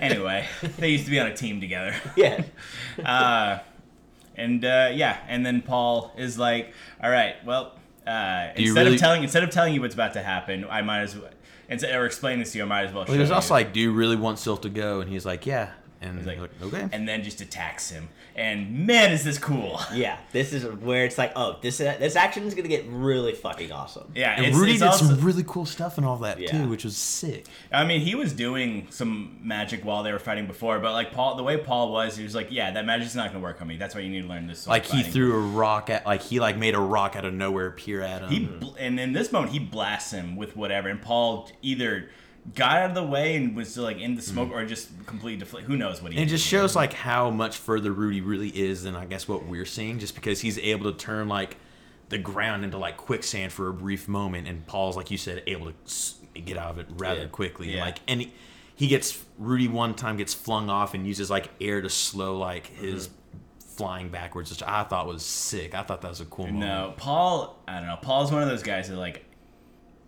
A: Anyway, they used to be on a team together.
B: Yeah.
A: Uh, and uh, yeah, and then Paul is like, "All right, well, uh,
C: Do you
A: instead
C: really-
A: of telling instead of telling you what's about to happen, I might as well." Instead, or explain this to you, I might as well.
C: Well, he was
A: show
C: also
A: you."
C: like, "Do you really want Sylph to go?" And he's like, "Yeah." And he's
A: like-
C: like, "Okay."
A: and then just attacks him. And man, is this cool!
B: yeah, this is where it's like, oh, this this action is gonna get really fucking awesome.
A: Yeah,
C: and
A: it's,
C: Rudy
A: it's
C: did
A: also-
C: some really cool stuff and all that
B: Yeah.
C: too, which was sick.
A: I mean, he was doing some magic while they were fighting before, but like Paul, the way Paul was, he was like, "Yeah, that magic's not gonna work on me. That's why you need to learn this." Sword
C: Like he
A: fighting."
C: threw a rock at, like he like made a rock out of nowhere appear at him.
A: He bl- and in this moment, he blasts him with whatever, and Paul either got out of the way and was still like in the smoke, or just completely deflated. Who knows what he?
C: Mm-hmm. and it
A: did.
C: just shows like how much further Rudy really is than I guess what we're seeing, just because he's able to turn like the ground into like quicksand for a brief moment, and Paul's like you said, able to s- get out of it rather
B: Yeah.
C: quickly.
A: Yeah.
C: Like and he, he gets Rudy one time gets flung off and uses like air to slow like his flying backwards, which I thought was sick. I thought that was a cool moment.
A: Mm-hmm. No, Paul. I don't know. Paul's one of those guys that like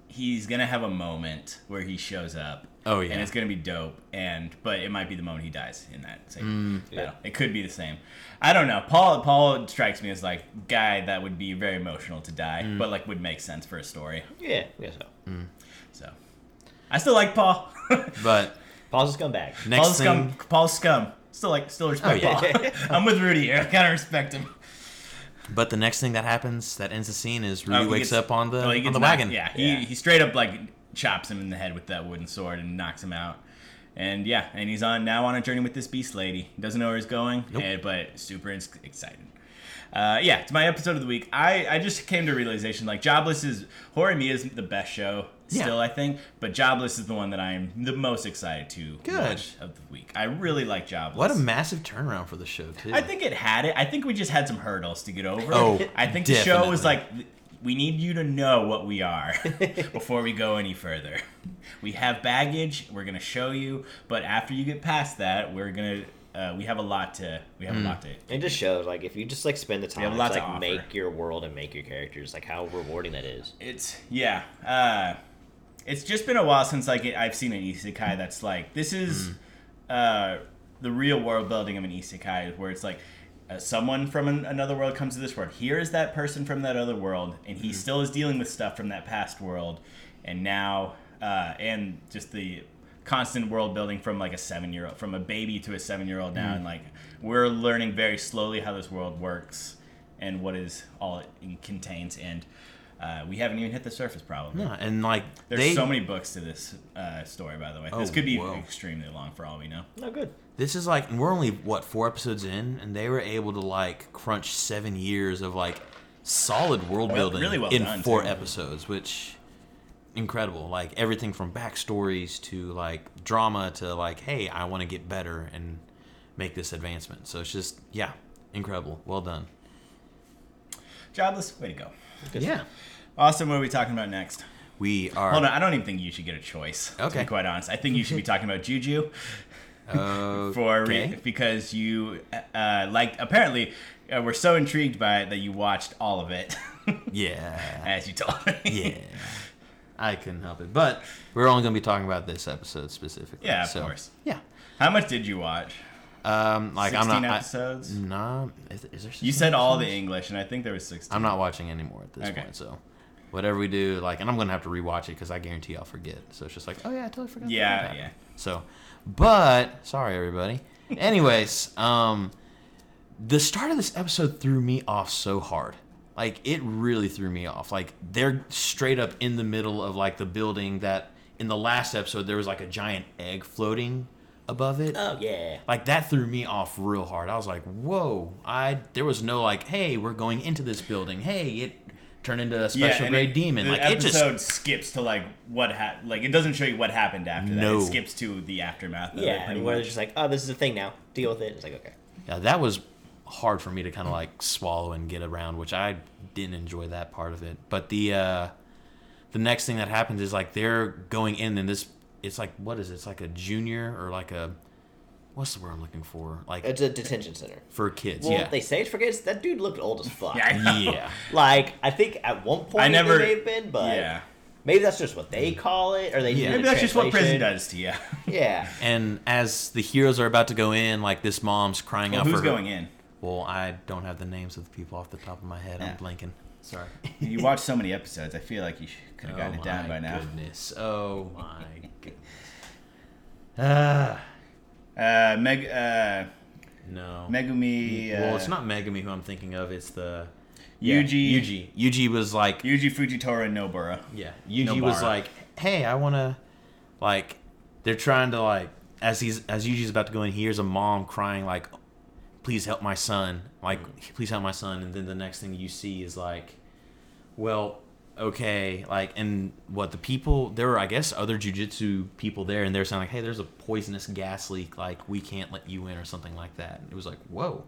A: he's gonna have a moment where he shows up.
C: Oh, yeah.
A: and it's gonna be dope. And but it might be the moment he dies in that same
C: Mm,
A: battle. It could be the same. I don't know. Paul Paul strikes me as like guy that would be very emotional to die,
C: Mm.
A: but like would make sense for a story.
B: Yeah, yeah. So
A: So I still like Paul.
C: But
B: Paul's just come back.
C: next
A: Paul's
C: thing,
A: scum. Paul's scum. Still like still respect
C: Oh, yeah.
A: Paul. I'm with Rudy here. I gotta respect him.
C: but the next thing that happens that ends the scene is Rudy
A: Oh, he
C: wakes
A: gets-
C: up on the
A: oh, he
C: on
A: gets
C: the
A: knocked-
C: wagon.
A: Yeah, he,
B: Yeah.
A: he straight up like chops him in the head with that wooden sword and knocks him out. And yeah, and he's on now on a journey with this beast lady. Doesn't know where he's going,
C: Nope.
A: and- but super ex- excited. Uh, yeah, it's my episode of the week. I, I just came to a realization like Jobless is Hori Mia is the best show
C: Yeah.
A: still I think, but Jobless is the one that I am the most excited to
C: Good.
A: watch of the week. I really like Jobless.
C: What a massive turnaround for the show too.
A: I think it had it. I think we just had some hurdles to get over.
C: Oh,
A: I think the show was
C: definitely.
A: like, we need you to know what we are before we go any further. We have baggage. We're gonna show you, but after you get past that, we're gonna uh, we have a lot to we
C: Hmm.
A: have a lot to
B: It just shows like if you just like spend the
A: have
B: time
A: a
B: to
A: lot to
B: like
A: offer.
B: make your world and make your characters, like how rewarding that is.
A: it's yeah uh it's just been a while since like it, i've seen an isekai that's like this is uh the real world building of an isekai where it's like uh, someone from an, another world comes to this world here is that person from that other world and he still is dealing with stuff from that past world and now uh and just the constant world building from like a seven year old from a baby to a seven year old now and like we're learning very slowly how this world works and what is all it in- contains and uh, we haven't even hit the surface probably
C: No, and like
A: there's
C: they,
A: so many books to this uh, story by the way this
C: Oh,
A: could be
C: whoa.
A: extremely long for all we know
B: No good.
C: this is like we're only what four episodes in, and they were able to like crunch seven years of like solid world
A: Well,
C: building
A: really well
C: in
A: done,
C: four
A: too.
C: episodes, which incredible. Like everything from backstories to like drama to like, hey, I want to get better and make this advancement. So it's just yeah, incredible. Well done.
A: jobless way to go
B: Good.
A: austin what are we talking about next
C: we are.
A: hold on i don't even think you should get a choice to
C: Okay.
A: be quite honest i think you should be talking about juju
C: oh,
A: for
C: Okay.
A: re- because you uh, like apparently uh, were so intrigued by it that you watched all of it
C: yeah.
A: as you told me
C: yeah. I couldn't help it. But we're only going to be talking about this episode specifically.
A: Yeah, of
C: so-
A: course.
C: Yeah.
A: how much did you watch
C: Um, like
A: 16
C: I'm not.
A: episodes
C: I, nah. Is, is there
A: you
C: 16
A: said all the
C: episodes?
A: english and i think there was 16
C: I'm not watching anymore at this
A: Okay.
C: point. So, whatever we do, like, and I'm going to have to rewatch it because I guarantee I'll forget. So it's just like, oh yeah, I totally forgot. that
A: Yeah,
C: happened.
A: yeah.
C: So, but sorry everybody. Anyways, um, the start of this episode threw me off so hard. Like it really threw me off. Like they're straight up in the middle of like the building that in the last episode there was like a giant egg floating above it
B: Oh yeah.
C: like that threw me off real hard. I was like, "Whoa!" I there was no like, "Hey, we're going into this building." Hey, it turned into a special
A: and
C: grade
A: it-
C: demon.
A: The
C: Like it just
A: episode skips to like what ha- like it doesn't show you what happened after
C: No.
A: that. It skips to the aftermath. Of it
B: Yeah,
A: pretty
B: and where they're
A: much.
B: just like, oh, this is a thing now. Deal with it. It's like okay.
C: yeah, that was hard for me to kind of like swallow and get around, which I didn't enjoy that part of it. But the uh the next thing that happens is like they're going in, and this it's like what is it? It's like a junior or like a what's the word I'm looking for? Like
B: It's a detention center.
C: for kids,
B: Well,
C: yeah,
B: they say it's for kids. That dude looked old as fuck.
A: yeah, I know.
C: yeah.
B: Like I think at one point
A: I never-
B: it may have been, but
A: yeah.
B: maybe that's just what they call it, or they
C: Yeah.
B: do the
A: Maybe that's just what prison
B: translation.
A: does to you.
B: Yeah,
C: And as the heroes are about to go in, like this mom's crying
A: Well,
C: out
A: who's
C: for her-
A: going in?
C: Well, I don't have the names of the people off the top of my head.
A: Yeah.
C: I'm blanking. Sorry.
A: You watch so many episodes. I feel like you could have gotten
C: oh
A: it down
C: my
A: by now.
C: goodness. Oh my goodness. Ah,
A: Uh, Meg, uh,
C: no.
A: Megumi. Uh,
C: well, it's not Megumi who I'm thinking of. It's the
A: Yuji.
C: Yeah, Yuji. Yuji was like.
A: Yuji Fujitora and Nobara.
C: Yeah. Yuji
A: Nobara.
C: was like, "Hey, I want to like they're trying to like as he's as Yuji's about to go in, he hears a mom crying like, "Please help my son." Like, "Please help my son." And then the next thing you see is like, "Well, okay, like and what the people there were I guess other jujitsu people there and they're saying like, "Hey, there's a poisonous gas leak. Like, we can't let you in or something like that." And it was like, "Whoa.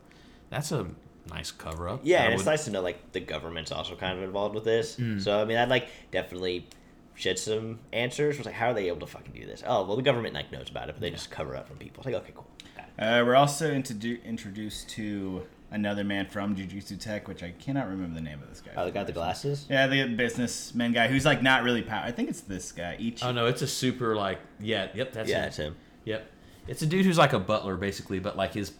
C: That's a nice cover up."
B: yeah,
C: I
B: and it's
C: would-
B: nice to know like the government's also kind of involved with this.
A: Hmm.
B: So I mean, I'd like definitely shed some answers. Was like, how are they able to fucking do this? Oh, well, the government like knows about it, but they just cover up from people. It's like, okay, cool. Got it.
A: Uh, we're also introdu- introduced to another man from Jujutsu Tech, which I cannot remember the name of this guy.
B: Oh, they got the glasses.
A: Yeah, the businessman guy who's like not really power. I think it's this guy. Ichi.
C: Oh no, it's a super like yeah, yep, that's
B: Yeah,
C: it.
B: that's him.
C: Yep. It's a dude who's like a butler, basically, but like his.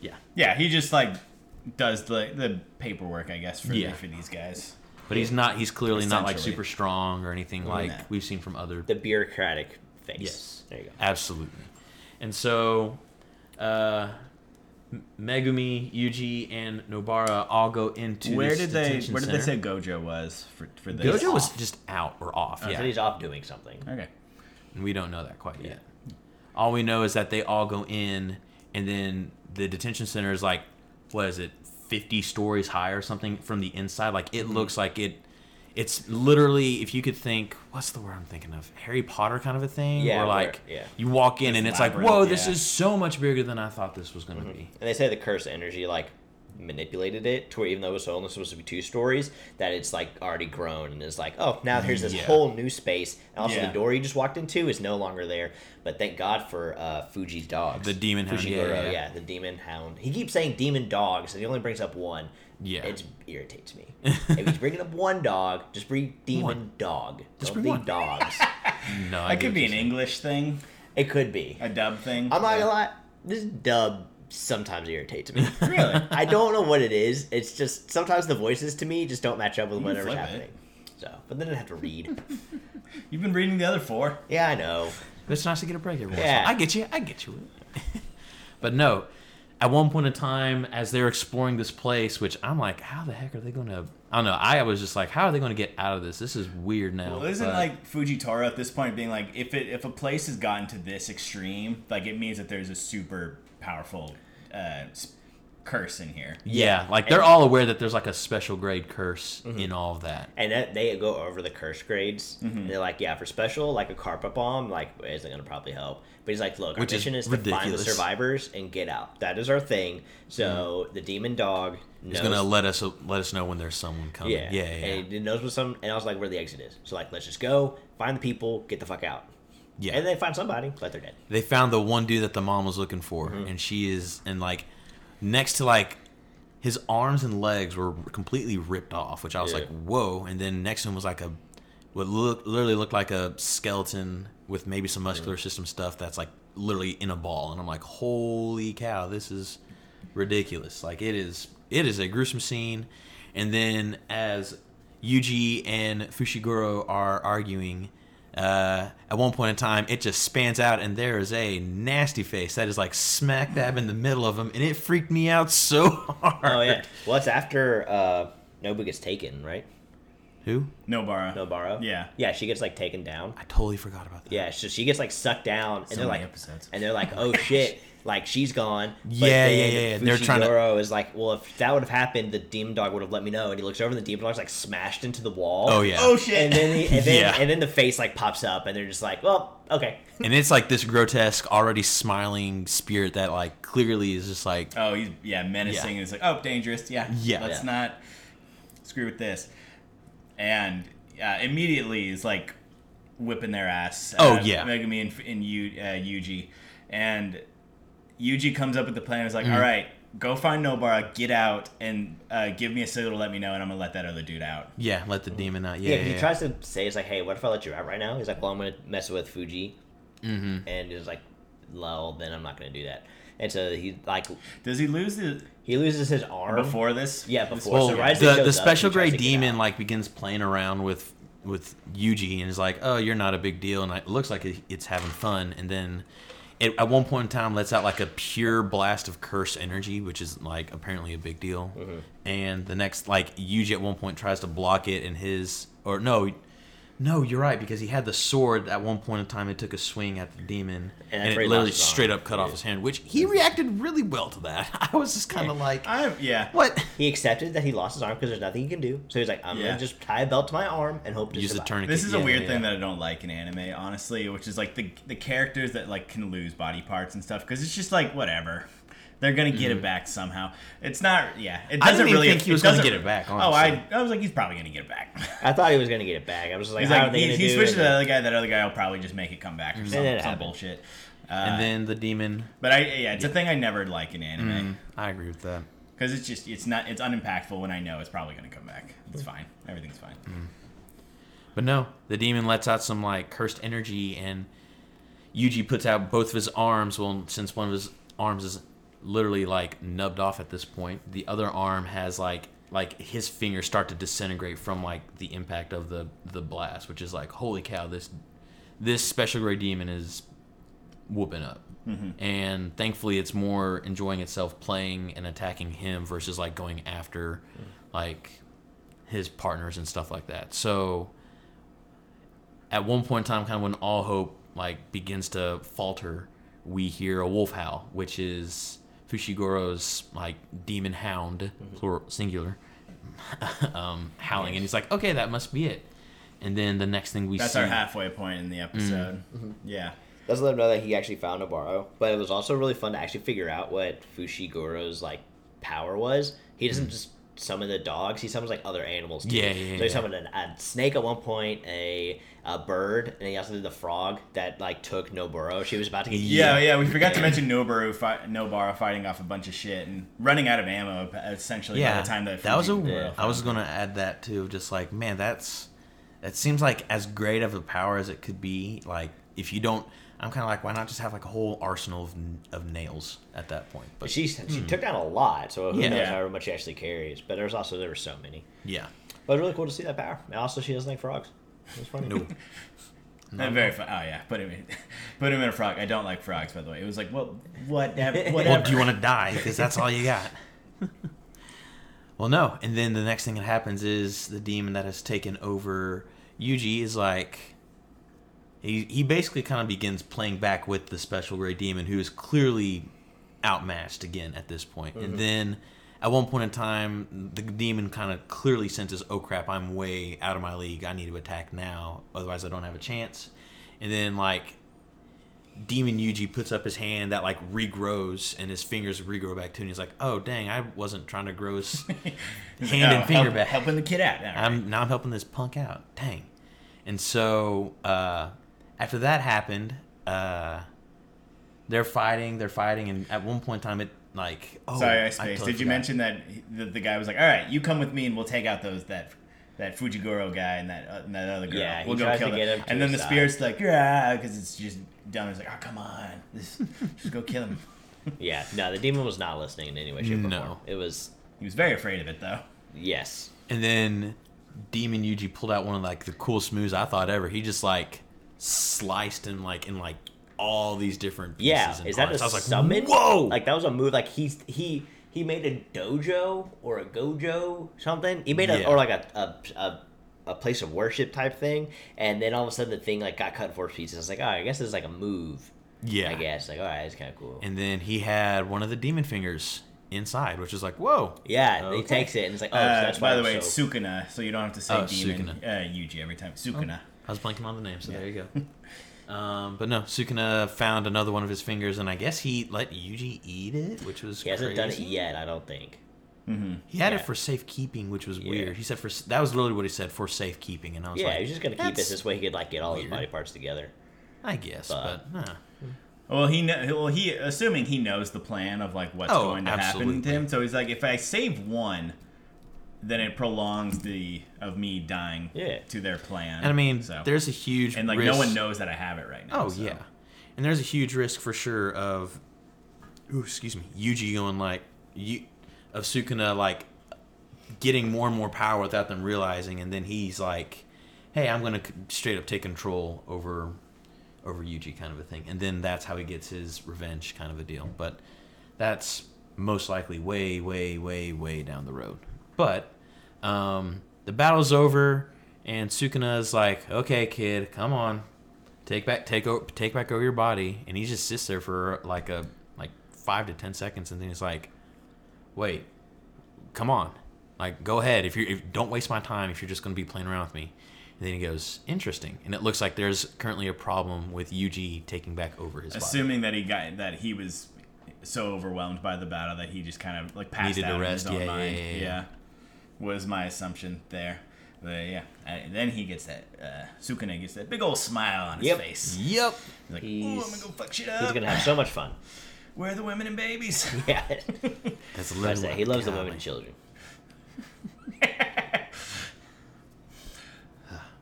C: Yeah.
A: Yeah, he just like does the the paperwork, I guess, for
C: Yeah.
A: for these guys.
C: But he's not. He's clearly not like
A: Essentially.
C: super strong or anything like
A: no.
C: we've seen from other.
B: The bureaucratic face.
C: Yes.
B: There you go.
C: Absolutely. And so, uh, M- Megumi, Yuji, and Nobara all go into.
A: where
C: this
A: did they
C: detention
A: Where did they
C: center.
A: say Gojo was for for this? Oh,
C: Gojo was
B: off?
C: just out or off.
B: So
C: yeah.
B: he's off doing something.
A: Okay.
C: And we don't know that quite yet. All we know is that they all go in, and then the detention center is like, what is it, 50 stories high or something from the inside? Like, it looks like it. It's literally, if you could think, what's the word I'm thinking of? Harry Potter kind of a thing?
B: Yeah,
C: where
B: where-
C: like,
B: yeah.
C: you walk in and it's like,
A: labyrinth,
C: whoa, this
A: yeah.
C: is so much bigger than I thought this was going to be.
B: And they say the curse energy like manipulated it to where even though it was only supposed to be two stories, that it's like already grown and is like, oh, now here's this
C: Mm, Yeah.
B: whole new space. And also,
A: Yeah.
B: the door you just walked into is no longer there. But thank God for uh, Fuji's dogs.
C: The demon hound, yeah,
B: Fujigoro,
C: yeah, yeah.
B: the demon hound. He keeps saying demon dogs, and he only brings up one.
C: Yeah.
B: it irritates me. if he's bringing up one dog, just bring demon
C: One.
B: dog. Just
C: bring
B: bring
C: one.
B: dogs.
C: No, I
A: That
C: get
A: could
C: what
A: be
C: you're
A: an
C: saying.
A: English thing,
B: it could be.
A: a dub thing.
B: I'm not
A: Yeah.
B: gonna lie. This dub sometimes irritates me.
A: Really?
B: I don't know what it is. It's just sometimes the voices to me just don't match up with
A: can
B: whatever's
A: flip it.
B: happening. So, but then I have to read.
A: You've been reading the other four.
B: yeah, I know.
C: But it's nice to get a break every once.
B: Yeah.
C: Yeah. I get you. I get you. but no, at one point in time, as they're exploring this place, which I'm like, how the heck are they gonna? I don't know. I was just like, how are they gonna get out of this? This is weird now.
A: Well, isn't
C: but-
A: like Fujitora at this point being like, if it if a place has gotten to this extreme, like it means that there's a super powerful uh, s- curse in here.
C: Yeah, like they're all aware that there's like a special grade curse
B: Mm-hmm.
C: in all of that.
B: And that, they go over the curse grades.
C: Mm-hmm.
B: And they're like, yeah, for special, like a carpet bomb, like isn't gonna probably help. But he's like, look, our
C: Which is
B: mission is, to find the
C: ridiculous.
B: survivors and get out. That is our thing. So the demon dog knows.
C: It's Mm-hmm. gonna let us let us know when there's someone coming.
B: yeah,
C: Yeah, yeah. yeah.
B: Oh, And it knows what some. And I was like, where the exit is. So like, let's just go find the people, get the fuck out.
C: Yeah.
B: And they find somebody, but they're dead.
C: they found the one dude that the mom was looking for, and she is and like next to like his arms and legs were completely ripped off, which I was
B: Yeah.
C: like, whoa. And then next to him was like a what look literally looked like a skeleton with maybe some muscular system stuff that's like literally in a ball, and I'm like, holy cow, this is ridiculous. Like it is it is a gruesome scene. And then as Yuji and Fushiguro are arguing, uh, at one point in time it just spans out and there is a nasty face that is like smack dab in the middle of them and it freaked me out so hard.
B: Oh yeah. Well, it's after uh, Nobu gets taken, right?
C: Who?
A: Nobara.
B: Nobara.
A: Yeah.
B: Yeah, she gets like taken down.
C: I totally forgot about that.
B: Yeah, so she gets like sucked down, and
A: So
B: they're
A: many
B: like,
A: episodes.
B: and they're like, oh shit, like she's gone. But
C: Yeah,
B: then
C: yeah, yeah, yeah. They're trying to-
B: Fushiguro is like, well, if that would have happened, the demon dog would have let me know. And he looks over, and the demon dog's like smashed into the wall.
C: Oh yeah.
A: Oh shit!
B: And then, he, and then,
C: Yeah.
B: and then the face like pops up, and they're just like, well, okay.
C: and it's like this grotesque, already smiling spirit that like clearly is just like
A: oh, he's yeah menacing. It's like oh dangerous. Yeah.
C: Yeah.
A: Let's
B: Yeah.
A: not screw with this. And uh, immediately is like whipping their ass.
C: Oh,
A: uh,
C: yeah.
A: Megumi and, and Yu, uh, Yuji, and Yuji comes up with the plan. Is like, all right, go find Nobara, get out, and uh, give me a signal to let me know, and I'm gonna let that other dude out.
C: yeah, let the demon out. Yeah.
B: Yeah,
C: yeah,
B: he
C: yeah.
B: tries to say, it's like, hey, what if I let you out right now? He's like, well, I'm gonna mess with Fuji, mm-hmm. and he's like, well, then I'm not gonna do that. And so he like
A: Does he lose the
B: he loses his arm.
A: before this?
B: Yeah,
A: This-
B: before.
C: Well,
B: So
C: Oh, the,
B: Ryzen shows
C: the,
B: up,
C: special
B: he tries
C: grade
B: to get
C: demon
B: out.
C: like begins playing around with with Yuji and is like, "Oh, you're not a big deal," and it looks like it- it's having fun. And then, it, at one point in time, lets out like a pure blast of curse energy, which is like apparently a big deal.
A: Mm-hmm.
C: And the next, like Yuji, at one point tries to block it, and his or no. No, you're right because he had the sword at one point in time. It took a swing at the demon,
B: And that's
C: and, it
B: where he lost
C: literally
B: his arm.
C: straight up cut off his hand, which he reacted really well to that. I was just kind of like,
A: I yeah.
C: "What?"
B: He accepted that he lost his arm because there's nothing he can do. So he's like, I'm
A: Yeah.
B: gonna just tie a belt to my arm and hope to
C: Use the
B: survive.
C: tourniquet.
A: This is a
C: yeah,
A: weird
C: yeah.
A: thing that I don't like in anime, honestly, which is like the the characters that like can lose body parts and stuff because it's just like whatever. They're gonna get it back somehow. It's not, yeah. It doesn't
C: Mm-hmm. I didn't even
A: really
C: think he
A: it
C: was gonna
A: doesn't-
C: get it back,
A: Oh, I,
C: honestly.
A: I was like, he's probably gonna get it back.
B: I thought he was gonna get it back. I was just like,
A: He's
B: how
A: like,
B: are they
A: he,
B: gonna
A: he
B: do
A: switched
B: it?
A: to the other guy. That other guy will probably just make it come back or some,
B: it
A: some
B: happened.
A: bullshit. Uh,
C: Mm-hmm. and then Mm. the demon.
A: but I, yeah, it's a thing I never like in anime
C: I agree with that.
A: because it's just it's not it's unimpactful when I know it's probably gonna come back. It's fine. Everything's fine.
C: But no, the demon lets out some like cursed energy, and Yuji puts out both of his arms. Well, since one of his arms is literally like nubbed off at this point, the other arm has like like his fingers start to disintegrate from like the impact of the the blast, which is like holy cow, this this special grade demon is whooping up.
A: Mm-hmm.
C: And thankfully, it's more enjoying itself playing and attacking him versus like going after
A: Mm.
C: like his partners and stuff like that. So at one point in time, kind of when all hope like begins to falter, we hear a wolf howl, which is Fushigoro's like demon hound,
A: Mm-hmm.
C: plural, singular, um, howling, and he's like, "Okay, that must be it." And then the next thing we
A: That's
C: see, Mm-hmm.
A: our halfway point in the episode. Yeah.
B: Doesn't let him know that he actually found Nabarro. But it was also really fun to actually figure out what Fushigoro's like power was. He doesn't just summon the dogs; he summons like other animals. Too.
C: Hmm. Yeah, yeah, yeah,
B: So
C: yeah.
B: he summoned an, a snake at one point, a, a bird, and he also did the frog that like took Noboro. She was about to get
A: Yeah, yeah. We forgot to mention Nobaru, fi- Nobara fighting off a bunch of shit and running out of ammo essentially by
C: yeah,
A: the time that
C: that was a. I
A: Fuji-
C: was gonna add that too. Just like man, that's that seems like as great of a power as it could be. Like if you don't, I'm kind of like, why not just have like a whole arsenal of, of nails at that point? But
B: She she took down a lot, so who
C: Hmm. Yeah.
B: knows
A: Yeah.
B: how much she actually carries. But there's also there were so many.
C: yeah,
B: But it's really cool to see that power. And also, she doesn't like frogs. It was funny.
C: no,
A: Uh, very fun. Oh yeah, put him in, put him in a frog. I don't like frogs, by the way. It was like, well, whatever. whatever.
C: Well, do you want to die? Because that's all you got. well, no. And then the next thing that happens is the demon that has taken over Yuji is like. He, he basically kind of begins playing back with the special gray demon, who is clearly outmatched again at this point. And then at one point in time, the demon kind of clearly senses, oh crap, I'm way out of my league. I need to attack now. Otherwise, I don't have a chance. And then, like, Demon Yuji puts up his hand that like regrows and his fingers regrow back too, and he's like, "Oh dang, I wasn't trying to grow his hand
A: He's like,
C: and
A: "Oh,
C: finger
A: help-
C: back.
A: helping the kid out. All right.
C: I'm now I'm helping this punk out. Dang." And so uh, after that happened, uh, they're fighting, they're fighting, and at one point in time, it like oh,
A: Sorry, I
C: totally
A: spaced. Did you
C: forgot.
A: mention that he- the, the guy was like, "All right, you come with me, and we'll take out those that that Fujigoro guy and that uh, and that other girl.
B: Yeah, he
A: we'll
B: tries to get him to
A: and then the
B: his
A: spirit's like, "Yeah," because it's just dumb. It's like, "Oh, come on, just, just go kill him."
B: Yeah, no, the demon was not listening in any way, shape, or
C: No.
B: form. It was
A: He was very afraid of it, though.
B: yes.
C: And then Demon Yuji pulled out one of like the coolest moves I thought ever. He just like sliced him like in like all these different pieces.
B: Yeah,
C: and
B: is that a
C: parts. I was like,
B: summon?
C: Whoa!
B: Like that was a move. Like he's he he made a dojo or a gojo something. He made a
C: Yeah.
B: or like a a, a a place of worship type thing, and then all of a sudden the thing like got cut in four pieces. I was like, oh, I guess this is like a move.
C: yeah.
B: I guess like all right, it's kind of cool.
C: And then he had one of the demon fingers inside, which is like, whoa.
B: yeah, he
C: Okay.
B: takes it and it's like, oh, so
A: Uh,
B: that's why
A: by the
B: I'm
A: way,
B: so-
A: it's Sukuna, so you don't have to say
C: Oh,
A: demon
C: Sukuna. Oh.
A: uh, Yuji every time. Sukuna.
C: I was blanking on the name, so there you go. um, but no, Sukuna found another one of his fingers, and I guess he let Yuji eat it, which was
B: he hasn't done it
C: crazy.
B: yet. I don't think.
C: He had
B: Yeah.
C: it for safekeeping, which was weird. He said for that was literally what he said for safekeeping, and I was
B: Yeah,
C: like,
B: he was just gonna keep it
C: "That's-
B: this way. He could like get all his
C: weird.
B: body parts together.
C: I guess,
B: but-
C: but, huh.
A: Well, he know, well he assuming he knows the plan of like what's
C: Oh,
A: going to happen to
C: absolutely.
A: him. So he's like, if I save one, then it prolongs the of me dying
B: Yeah.
A: to their plan.
C: and I mean,
A: so.
C: there's a huge
A: and like
C: risk-
A: no one knows that I have it right now.
C: Oh
A: so.
C: yeah, and there's a huge risk for sure of, ooh, excuse me, Yuji going like you, of Sukuna like getting more and more power without them realizing, and then he's like, hey, I'm gonna c- straight up take control over, over Yuji kind of a thing, and then that's how he gets his revenge kind of a deal. But that's most likely way, way, way, way down the road. But um, the battle's over, and Sukuna's like, okay, kid, come on, take back take over take back over your body and he just sits there for like a like five to ten seconds and then he's like wait come on like go ahead if you if, don't waste my time if you're just going to be playing around with me and then he goes interesting and it looks like there's currently a problem with yuji taking back over his body
A: Assuming that he got that he was so overwhelmed by the battle that he just kind of like passed
C: Needed to
A: out
C: rest,
A: in his own
C: yeah, yeah,
A: mind.
C: yeah, yeah.
A: was my assumption there. But yeah, and then he gets that uh, Sukuna gets that big old smile on his
B: Yep.
A: face.
C: yep
A: He's like,
B: He's-
A: "Ooh, I'm gonna go fuck shit up.
B: He's gonna have so much fun.
A: Where are the women and babies?
B: Yeah,
C: that's
B: that's it. He loves the women
C: Golly.
B: and children.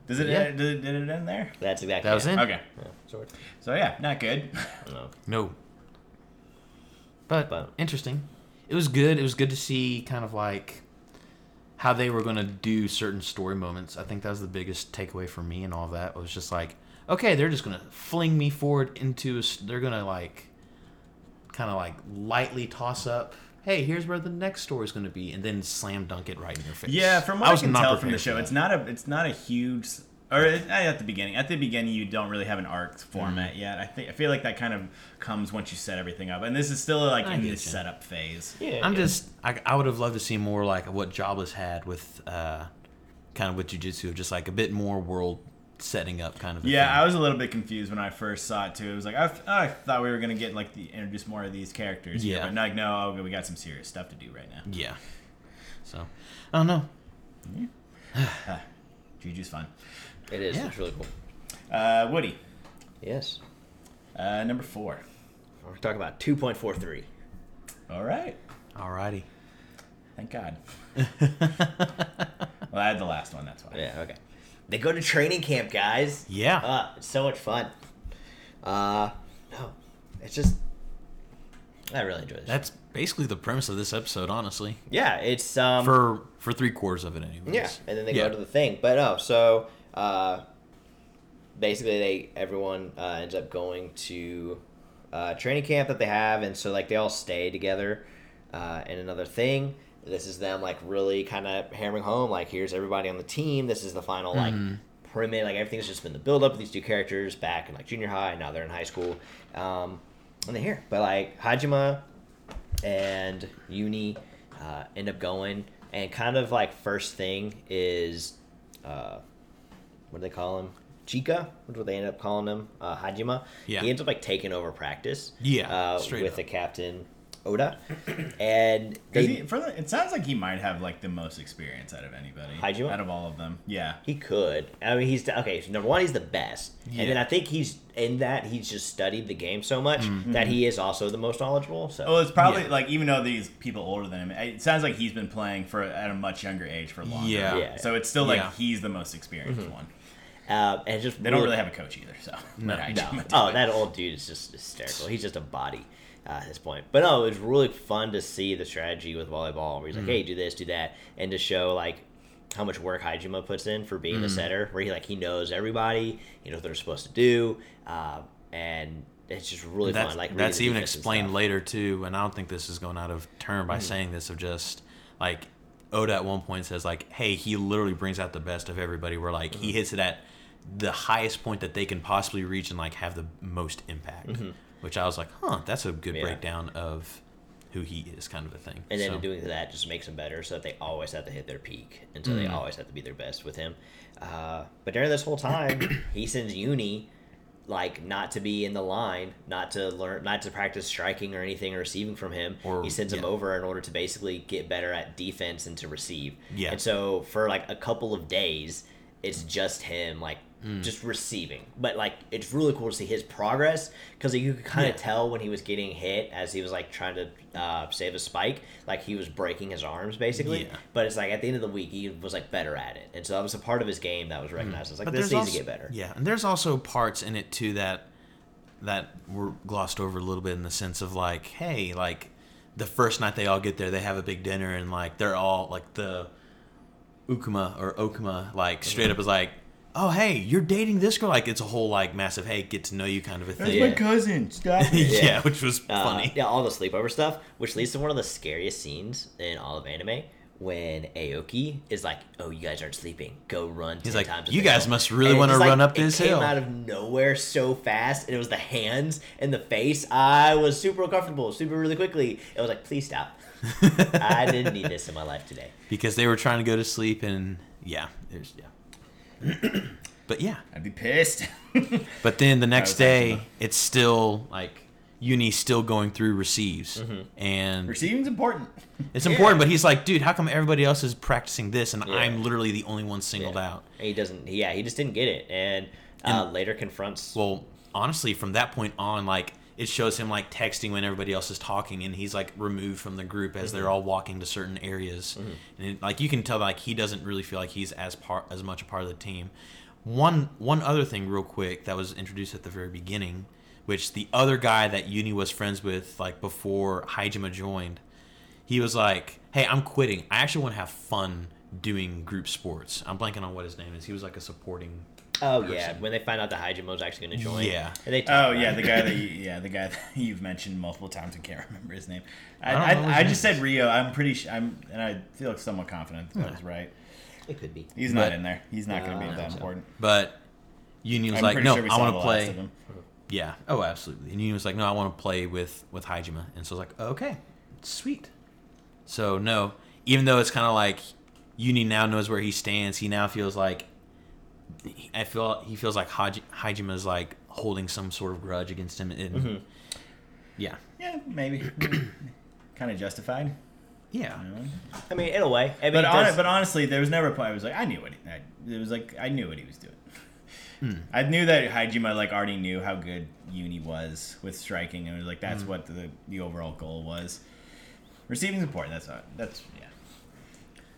A: Does it,
C: Yeah.
A: end, did, it did it end there?
B: That's exactly
C: that was
B: it.
C: it
A: Okay,
B: Yeah, sort.
A: so yeah, not good.
B: No.
C: No. But,
B: But-
C: interesting. It was good. It was good to see kind of like how they were going to do certain story moments. I think that was the biggest takeaway for me and all that was just like, okay, they're just going to fling me forward into a, s- they're going to like kind of like lightly toss up Hey, here's where the next story's going to be, and then slam dunk it right in your face.
A: Yeah, from what I,
C: was
A: can
C: not
A: tell from the
C: prepared for
A: show,
C: that.
A: it's not a it's not a huge or it- at the beginning. At the beginning, you don't really have an arc
C: Mm-hmm.
A: format yet. I think I feel like that kind of comes once you set everything up, and this is still like
C: I
A: in
C: get
A: this
C: you.
A: setup phase.
B: Yeah,
C: I'm
B: yeah.
C: just I, I would have loved to see more like what Jobless had with uh, kind of with jujitsu, just like a bit more world setting up kind of. a
A: Yeah,
C: thing.
A: I was a little bit confused when I first saw it too. It was like I, I thought we were gonna get like the introduce more of these characters. here,
C: Yeah.
A: but like no, we got some serious stuff to do right now.
C: Yeah. So, I don't know.
A: Juju's fun.
B: It is.
C: Yeah.
B: It's really cool.
A: Uh, Woody,
B: Yes.
A: uh, number four.
B: We're talking about 2.43.
A: All right,
C: Alrighty.
A: thank God. well, I had the last one. That's why.
B: Yeah, okay. They go to training camp, guys.
C: Yeah.
B: Ah, it's so much fun. Uh, no. It's just. I really enjoy this.
C: That's basically the premise of this episode, honestly.
B: yeah, it's. um.
C: For for three quarters of it, anyways.
B: Yeah, and then they
C: Yeah.
B: go to the thing. But no, so uh, basically, they everyone uh, ends up going to uh, training camp that they have, and so like they all stay together. Uh, and another thing, this is them like really kind of hammering home like here's everybody on the team. This is the final like pyramid. Like everything's just been the build up of these two characters back in like junior high. Now they're in high school, um, and they're here. But like Hajima and uni uh, end up going and kind of like first thing is uh, what do they call him chica what do they end up calling him uh, hajima
C: Yeah.
B: he ends up like taking over practice
C: Yeah,
B: uh,
C: straight
B: with
C: up.
B: the captain oda and
A: 'Cause
B: they,
A: he- for the, it sounds like he might have like the most experience out of anybody.
B: Hajima?
A: Out of all of them. Yeah.
B: He could. I mean, he's okay. So number one, he's the best,
C: Yeah.
B: and then I think he's in that he's just studied the game so much
C: Mm-hmm.
B: that he is also the most knowledgeable. So
C: Oh,
A: Well, it's probably
C: Yeah.
A: like even though these people older than him, it sounds like he's been playing for at a much younger age for longer.
C: Yeah.
B: Yeah.
A: So it's still like
C: Yeah.
A: he's the most experienced one.
B: uh, and it's just
A: They don't really have a coach either, so
C: No.
A: Right.
B: No. Oh, that old dude is just hysterical. He's just a body uh, at this point. But no, it was really fun to see the strategy with volleyball where he's like,
C: Mm.
B: hey, do this, do that, and to show like how much work Hajima puts in for being
C: Mm.
B: a setter, where he like he knows everybody, he knows what they're supposed to do, uh, and it's just really
C: that's,
B: fun. Like reading
C: that's
B: the
C: even
B: defense and
C: explained
B: stuff. Hmm.
C: later too and i don't think this is going out of turn by saying this of just like oda at one point says like hey he literally brings out the best of everybody where like
B: Hmm.
C: he hits it at the highest point that they can possibly reach and like have the most impact which i was like huh that's a good
B: Hmm. Yeah.
C: breakdown of who he is kind of a thing
B: And then
C: So,
B: doing that just makes them better, so that they always have to hit their peak, and so they
C: Mm.
B: always have to be their best with him. Uh, but during this whole time, he sends Uni, like not to be in the line, not to learn, not to practice striking or anything or receiving from him.
C: Or-
B: he sends him
C: yeah.
B: over in order to basically get better at defense and to receive.
C: Yeah.
B: And so for like a couple of days, it's just him like
C: Hmm.
B: just receiving. But like it's really cool to see his progress because you could kind
C: Yeah.
B: of tell when he was getting hit as he was like trying to uh, save a spike, like he was breaking his arms basically.
C: Yeah.
B: But it's like at the end of the week, he was like better at it, and so that was a part of his game that was recognized. It's like this
C: Hmm. there's
B: needs
C: also,
B: to get better.
C: Yeah, and there's also parts in it too that that were glossed over a little bit in the sense of like, hey, like the first night they all get there, they have a big dinner and like they're all like the Ukuma or Okuma like straight up is like, oh hey, you're dating this girl. Like it's a whole like massive hey, get to know you kind of a
A: That's
C: thing.
A: my
B: Yeah.
A: cousin. Stop it.
C: yeah. which was
B: Uh,
C: funny.
B: yeah, all the sleepover stuff, which leads to one of the scariest scenes in all of anime when Aoki is like, "Oh, you guys aren't sleeping. Go run."
C: He's
B: 10
C: like,
B: times
C: "You
B: the
C: guys
B: hill."
C: must really
B: And it's
C: wanna
B: just like-
C: run up this
B: It
C: hill."
B: came out of nowhere so fast, and it was the hands and the face. I was super uncomfortable, super really quickly. It was like, "Please stop. I didn't need this in my life today."
C: because they were trying to go to sleep and yeah, there's yeah. but yeah,
A: I'd be pissed.
C: But then the next
A: was
C: day,
A: actually-
C: it's still like Uni still going through receives,
B: Mm-hmm.
C: and
A: Receiving's important.
C: it's important. But he's like, dude, how come everybody else is practicing this and
B: Yeah.
C: I'm literally the only one singled
B: Yeah.
C: out?
B: And he doesn't. Yeah, he just didn't get it, and, uh, later confronts.
C: Well, honestly, from that point on, like it shows him like texting when everybody else is talking, and he's like removed from the group as they're all walking to certain areas, and it, like you can tell like he doesn't really feel like he's as part as much a part of the team. One one other thing, real quick, that was introduced at the very beginning, which the other guy that Uni was friends with, like before Hajima joined, he was like, "Hey, I'm quitting. I actually want to have fun." doing group sports i'm blanking on what his name is he was like a supporting
B: oh yeah, when they find out that Hajime was actually going to join.
C: Yeah.
B: And they talk
A: Oh
B: about
A: yeah,
B: it.
A: the guy that you, yeah the guy that you've mentioned multiple times and can't remember his name. I
C: don't
A: I,
C: know his
A: I,
C: name.
A: just said Rio. I'm pretty. Sh- I'm and I feel somewhat confident that was right.
B: It could be.
A: He's not
C: But-
A: in there. He's not going to be
B: No,
A: that
B: I don't think so.
A: important.
C: But Union was
A: I'm
C: like,
A: pretty
C: no,
A: sure we
C: I
A: saw
C: want
A: the
C: to
A: last of
C: play.
A: him.
C: Yeah. Oh, absolutely. And Union was like, no, I want to play with with Hajima. And so I was like, okay, sweet. So no, even though it's kind of like Union now knows where he stands, he now feels like he- I feel he feels like Haj- Hajime is like holding some sort of grudge against him. And,
A: Mm-hmm.
C: Yeah,
A: Yeah, maybe. kind of justified.
C: yeah,
B: I mean, in a way. I mean,
A: But
B: it
A: on,
B: does-
A: but honestly, there was never a point I was like, I knew what he, I, it was like. I knew what he was doing.
C: Hmm.
A: I knew that Hajima like already knew how good Uni was with striking, and it was like that's
C: Hmm.
A: what the, the overall goal was. Receiving support. That's not. That's yeah.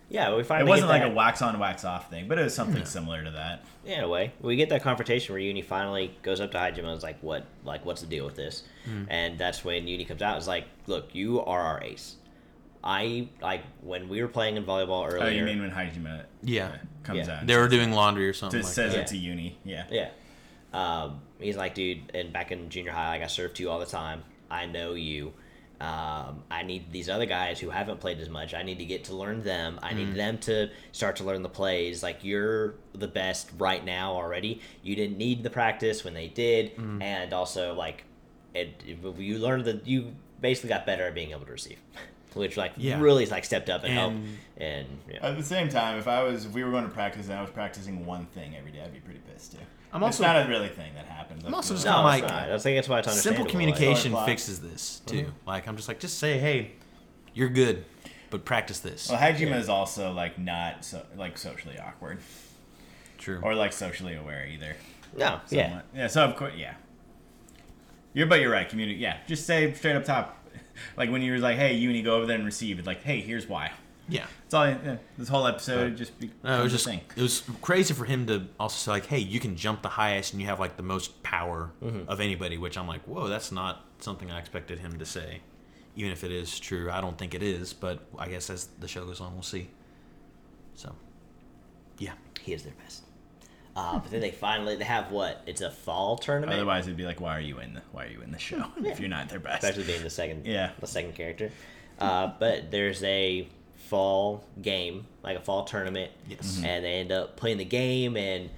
B: yeah, we
A: It
B: finally
A: wasn't
B: get
A: like
B: that-
A: a wax on, wax off thing, but it was
C: Hmm.
A: something similar to that.
B: Yeah, in a way, we get that confrontation where Uni finally goes up to Hajime and is like, "What? Like, what's the deal with this?"
A: Hmm.
B: And that's when Uni comes out. and Is like, "Look, you are our ace. I like when we were playing in volleyball earlier.
A: Oh, you mean when Hajima uh,
C: Yeah.
A: comes
B: Yeah.
A: out?
C: they were doing laundry or something.
A: it
C: like
A: says
C: that.
B: that.
A: it's a uni. Yeah.
B: yeah." Um, he's like, "Dude, and back in junior high, like I served to you all the time. I know you. Um, I need these other guys who haven't played as much. I need to get to learn them. I
C: Mm-hmm.
B: need them to start to learn the plays. Like you're the best right now already. You didn't need the practice when they did,
C: Mm-hmm.
B: and also like it, you learned that you basically got better at being able to receive, which like
C: Yeah.
B: really like stepped up and, helped.
C: And-
B: And yeah.
A: At the same time, if I was, if we were going to practice and I was practicing one thing every day, I'd be pretty pissed too.
C: I'm
A: It's
C: also-
A: not a really thing that happens. I'm
C: also just
B: no,
C: Kinda
B: it's
C: like-
B: not. I think that's why it's
C: Simple
B: understandable. like- Mm-hmm.
C: communication
A: Like-
C: fixes this too. Like I'm just like, just say, hey, you're good, but practice this.
A: Well, Hajima is also like not so like socially awkward
C: True.
A: or like socially aware either.
B: no, yeah,
A: Somewhat. Yeah. So of course, yeah. You're, but you're right. Community. Yeah. Just say straight up top, like when you were like, "Hey, uni, go over there and receive." It's like, "Hey, here's why."
C: yeah.
A: It's all. Yeah, this whole episode
C: Right.
A: just. Be,
C: No, it was
A: a
C: just
A: thing.
C: it was crazy for him to also say like, hey, you can jump the highest and you have like the most power
B: Mm-hmm.
C: of anybody, which I'm like, whoa, that's not something I expected him to say. Even if it is true, I don't think it is, but I guess as the show goes on, we'll see. So, yeah,
B: he is their best. Uh, but then they finally they have what? It's a fall tournament.
A: Otherwise, it'd be like, "Why are you in the? Why are you in the show if you're not their best?"
B: especially being the second
A: Yeah.
B: the second character. Uh, but there's a fall game, like a fall tournament.
C: Yes. Mhm.
B: And they end up playing the game and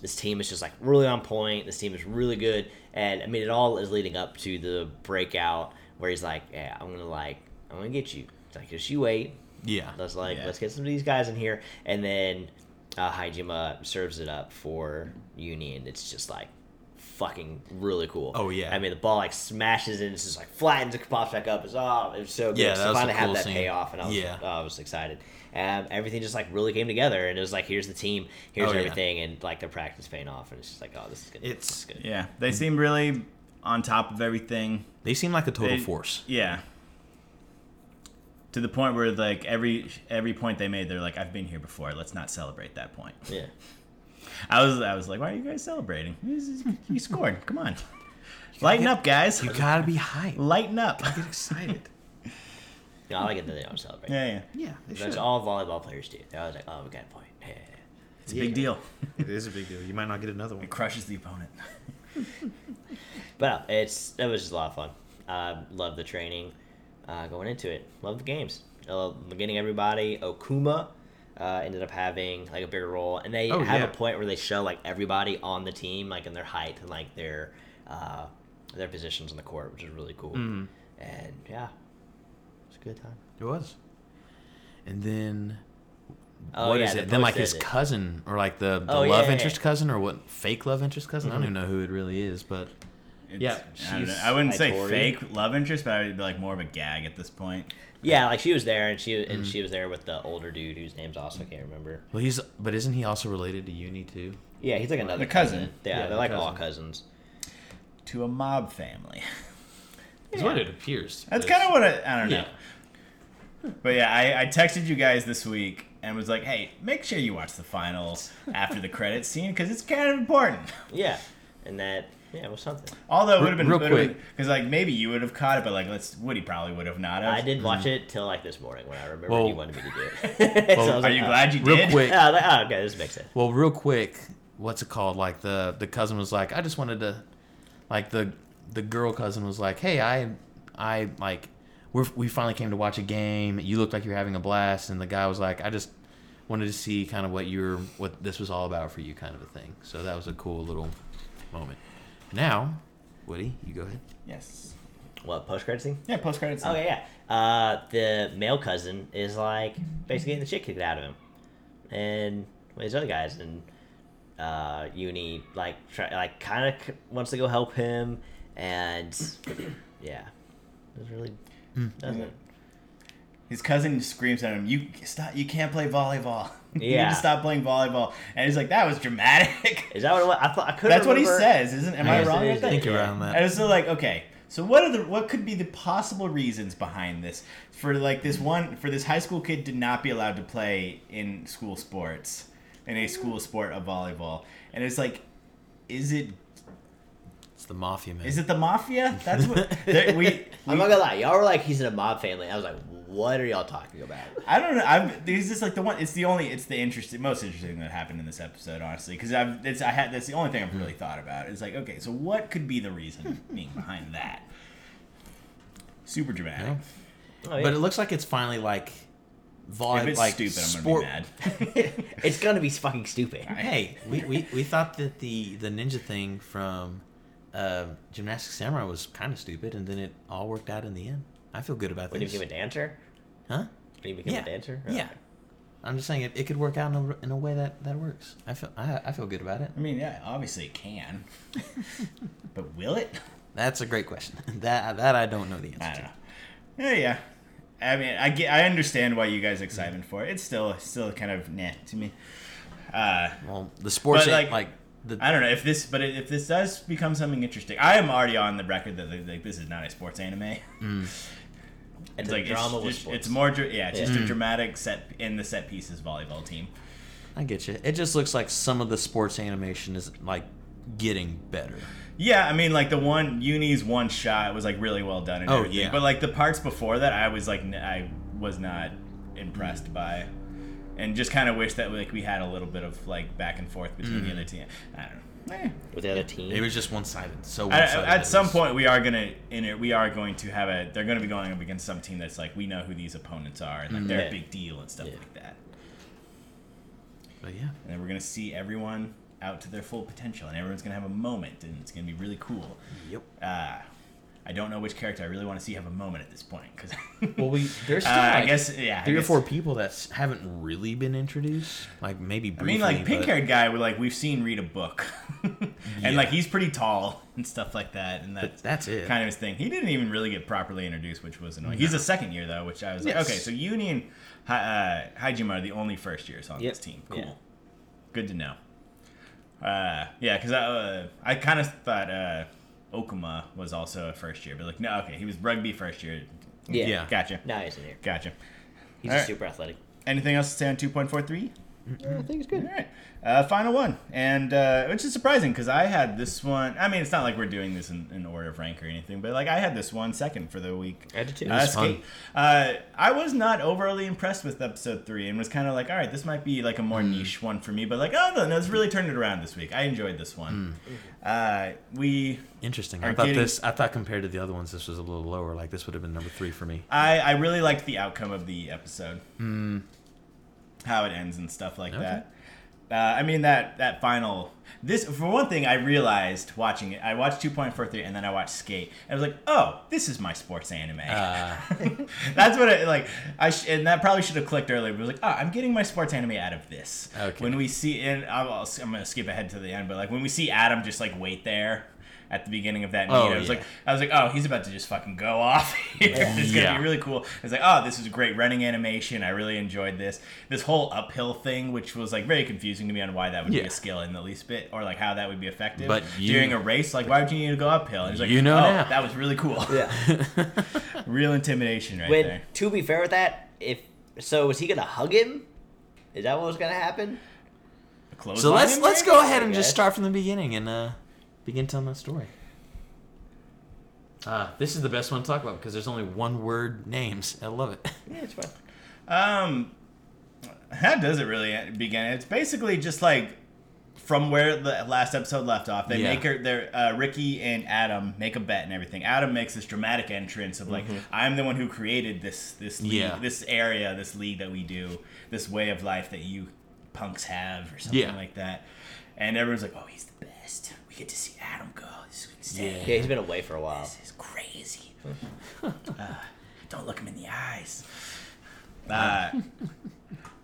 B: this team is just like really on point. This team is really good. And I mean it all is leading up to the breakout where he's like, Yeah, I'm gonna like I'm gonna get you. It's like just you wait.
C: yeah,
B: Let's like
A: Yeah.
B: let's get some of these guys in here and then uh, Hajima serves it up for Union. It's just like fucking really cool.
C: Oh, yeah.
B: I mean the ball like smashes and it's just like flattens and pops back up. It's oh it was so good.
C: Yeah, that
B: so
C: was a
B: finally
C: cool
B: have that
C: scene.
B: payoff and I was
C: Yeah.
B: oh, I was excited. Um, everything just like really came together and it was like here's the team, here's
C: Oh, yeah.
B: everything and like their practice paying off and it's just like oh this is good.
C: It's-
B: this is good.
A: Yeah, they seem really on top of everything.
C: they seem like a total
A: They-
C: force.
A: Yeah. To the point where like every every point they made, they're like, "I've been here before. Let's not celebrate that point."
B: Yeah.
A: I was I was like, "Why are you guys celebrating? This is- You scored. Come on, lighten up, guys.
C: You gotta be hyped,
A: Lighten up."
C: get excited.
B: No, I like it that they don't celebrate.
A: Yeah, yeah.
C: yeah, they
B: That's
C: should.
B: all volleyball players do. They're always like, Oh, we got a point. Yeah.
A: It's a big deal.
C: It is a big deal. You might not get another one.
A: It crushes the opponent.
B: But no, it's it was just a lot of fun. I love the training, uh, going into it. Love the games. I love getting everybody. Okuma uh, ended up having like a bigger role, and they
C: Oh,
B: have
C: yeah.
B: a point where they show like everybody on the team, like in their height and like their uh, their positions on the court, which is really cool.
C: Mm.
B: And yeah, it's a good time.
C: It was. And then
B: Oh,
C: what
B: yeah,
C: is
B: the
C: it? Then like
B: post
C: his
B: edit.
C: cousin or like the, the
B: Oh, yeah,
C: love
B: yeah,
C: interest
B: yeah. Mm-hmm.
C: cousin or what fake love interest cousin? I don't even know who it really is, but
A: It's,
C: Yeah,
A: I, don't know.
C: she's
A: I wouldn't say
B: Midori.
A: fake love interest, but I would be like more of a gag at this point.
B: Yeah, like she was there, and she
C: Mm-hmm.
B: and she was there with the older dude whose name's also I can't remember.
C: well he's but isn't he also related to Uni too?
B: Yeah, he's like another
A: The cousin.
B: Yeah,
C: Yeah,
B: they're
C: the
B: like all
C: cousin.
B: cousins.
A: To a mob family.
C: Is what it appears.
A: That's
C: It's-
A: kind of what I, I don't know.
C: yeah.
A: But yeah, I, I texted you guys this week and was like, hey, make sure you watch the finals after the credits scene because it's kind of important.
B: Yeah, and that yeah it was something.
A: Although it would have been
C: Real
A: because like maybe you would have caught it, but like let's Woody probably would have not. Have.
B: I didn't watch it till like this morning when I remembered
C: Well-
B: you wanted me to do it.
C: Well,
B: I was
A: Are
B: like,
A: you
B: oh.
A: glad you
C: Real
A: did?
C: quick.
B: Yeah, I was like, oh, okay, this makes sense.
C: Well, real quick, what's it called? Like the the cousin was like, I just wanted to, like the the girl cousin was like, hey, I I like we we finally came to watch a game. You looked like you were having a blast, and the guy was like, I just wanted to see kind of what you're what this was all about for you, kind of a thing. So that was a cool little moment. Now, Woody, you go ahead.
A: Yes.
B: What post credit scene?
A: Yeah, post credits.
B: Oh yeah, yeah. Uh, the male cousin is like basically getting the shit kicked out of him, and well, these other guys, and uh, Uni like try, like kind of wants to go help him, and yeah, it's really
A: Hmm.
B: doesn't.
A: His cousin screams at him, "You stop! You can't play volleyball. you
B: Yeah.
A: need to stop playing volleyball." And he's like, "That was dramatic."
B: Is that what it was? I thought I could.
A: That's what he says, isn't? Am I
B: Yes, it
A: wrong
B: is.
A: at that?
C: Think
B: Yeah.
C: around that.
A: And it's still like, okay, so what are the what could be the possible reasons behind this for like this one for this high school kid to not be allowed to play in school sports in a school sport of volleyball? And it's like, is it
C: It's the mafia, man.
A: is it the mafia? That's what that we.
B: I'm not gonna lie, y'all were like he's in a mob family. I was like, what are y'all talking about?
A: I don't know. I'm. He's just like the one. It's the only. It's the interesting, most interesting that happened in this episode, honestly. Because I've. It's. I had. That's the only thing I've really thought about. It's like, okay, so what could be the reason
B: Hmm.
A: being behind that? Super dramatic.
C: Yeah.
B: Oh, yeah.
C: But it looks like it's finally like
A: If
C: volleyball
A: it's
C: like
A: stupid,
C: sport.
A: I'm gonna be mad.
B: it's gonna be fucking stupid.
C: Hey, we, we, we thought that the, the ninja thing from um Gymnastic Samurai was kind of stupid, and then it all worked out in the end. I feel good about
B: When you
C: this.
B: became a dancer,
C: Huh?
B: when you became
C: Yeah.
B: a dancer,
C: Yeah. I'm just saying it, it could work out in a, in a way that, that works. I feel I, I feel good about it.
A: I mean, yeah, obviously it can, but will it?
C: That's a great question. That that I don't know the answer
A: I don't
C: to.
A: know. Yeah, yeah. I mean, I get. I understand why you guys are excited for it. It's still, still kind of nah to me. Uh,
C: Well, the sports
A: But, like,
C: ain't, like, the
A: I don't know if this, but if this does become something interesting, I am already on the record that like, like, this is not a sports anime.
B: It's,
A: like
B: a Mm. drama
A: it's,
B: with
A: just-
B: sports.
A: it's more, dra- yeah, it's just
C: Yeah.
A: a dramatic set in the set pieces volleyball team.
C: I get you. It just looks like some of the sports animation is like getting better.
A: Yeah, I mean, like the one Uni's one shot was like really well done. And
C: Oh,
A: everything.
C: yeah.
A: But like the parts before that, I was like, n- I was not impressed by, and just kind of wish that like we had a little bit of like back and forth between the other team. I don't know. Eh.
B: with the other team.
C: It was just one sided. So
A: I-
C: one sided.
A: I- at some point, we are gonna in it. We are going to have a. They're gonna be going up against some team that's like we know who these opponents are and like they're
B: Yeah.
A: a big deal and stuff
B: Yeah.
A: like that.
C: But yeah.
A: And then we're gonna see everyone out to their full potential, and everyone's gonna have a moment, and it's gonna be really cool.
C: Yep.
A: uh, I don't know which character I really want to see have a moment at this point because
C: Well, we there's still
A: Uh, I
C: like,
A: guess yeah I
C: three or
A: guess-
C: four people that s- haven't really been introduced. Like maybe
A: I
C: briefly.
A: mean, like pink
C: but-
A: haired guy, we're like we've seen read a book, and
C: Yeah.
A: like he's pretty tall and stuff like that, and
C: But
A: that's
C: that's it.
A: kind of his thing. He didn't even really get properly introduced, which was annoying. He's a second year though, which I was like,
C: Yes.
A: okay, so Uni and Hi- uh, Hajima are the only first years on
B: Yep.
A: this team. Cool,
B: Yeah.
A: good to know. Uh, yeah, because I, uh, I kind of thought uh, Okuma was also a first year, but like no, okay, he was rugby first year.
B: yeah.
C: Yeah.
A: Gotcha.
B: No, he's in here.
A: Gotcha.
B: He's
A: All
B: just
A: right.
B: super athletic.
A: Anything else to say on 2.43?
B: I think it's good.
A: All right. Uh, final one. And uh, which is surprising because I had this one. I mean, it's not like we're doing this in, in order of rank or anything, but like I had this one second for the week.
B: I did too.
A: Uh,
C: was
A: skate. Uh, I was not overly impressed with episode three and was kind of like, all right, this might be like a more
B: Mm.
A: niche one for me, but like, oh no, no, it's really turned it around this week. I enjoyed this one.
B: Mm.
A: Uh, we
C: Interesting.
A: Are
C: I thought
A: getting-
C: this. I thought compared to the other ones, this was a little lower. Like this would have been number three for me.
A: I, I really liked the outcome of the episode. How it ends and stuff like
C: Okay.
A: that. Uh, I mean that that final this for one thing I realized watching it I watched 2.43 and then I watched Skate and I was like oh this is my sports anime
C: Ah.
A: that's what it like I sh- and that probably should have clicked earlier but it was like oh I'm getting my sports anime out of this
C: Okay.
A: when we see and I'll, I'll, I'm gonna skip ahead to the end but like when we see Adam just like wait there at the beginning of that meet
C: Oh,
A: I was
C: yeah.
A: like I was like oh he's about to just fucking go off here it's gonna
C: Yeah.
A: be really cool. It's like, oh, this is great running animation. I really enjoyed this. This whole uphill thing, which was like very confusing to me on why that would be
C: Yeah.
A: a skill in the least bit, or like how that would be effective
C: But you-
A: during a race. Like, why would you need to go uphill? And it's like,
C: You know
A: oh,
C: now.
A: that was really cool.
B: Yeah.
A: Real intimidation right
B: When
A: there.
B: to be fair with that, if so, was he gonna hug him? Is that what was gonna happen?
A: A clothesline
C: so let's
A: in
C: let's
A: there?
C: go ahead and
B: I
C: just
B: guess.
C: start from the beginning and uh, begin telling my story. Uh, this is the best one to talk about because there's only one word names. I love it.
B: Yeah, it's fine.
A: Um, that doesn't really begin. It's basically just like from where the last episode left off. They
C: Yeah.
A: make her, their uh, Ricky and Adam make a bet and everything. Adam makes this dramatic entrance of like, I'm the one who created this this league,
C: Mm-hmm. Yeah.
A: this area, this league that we do, this way of life that you punks have, or something
C: Yeah.
A: like that. And everyone's like, Oh, he's the best. We get to see Adam go. This is insane.
C: Yeah.
B: Yeah, he's been away for a while.
A: This is crazy. uh, don't look him in the eyes. Uh,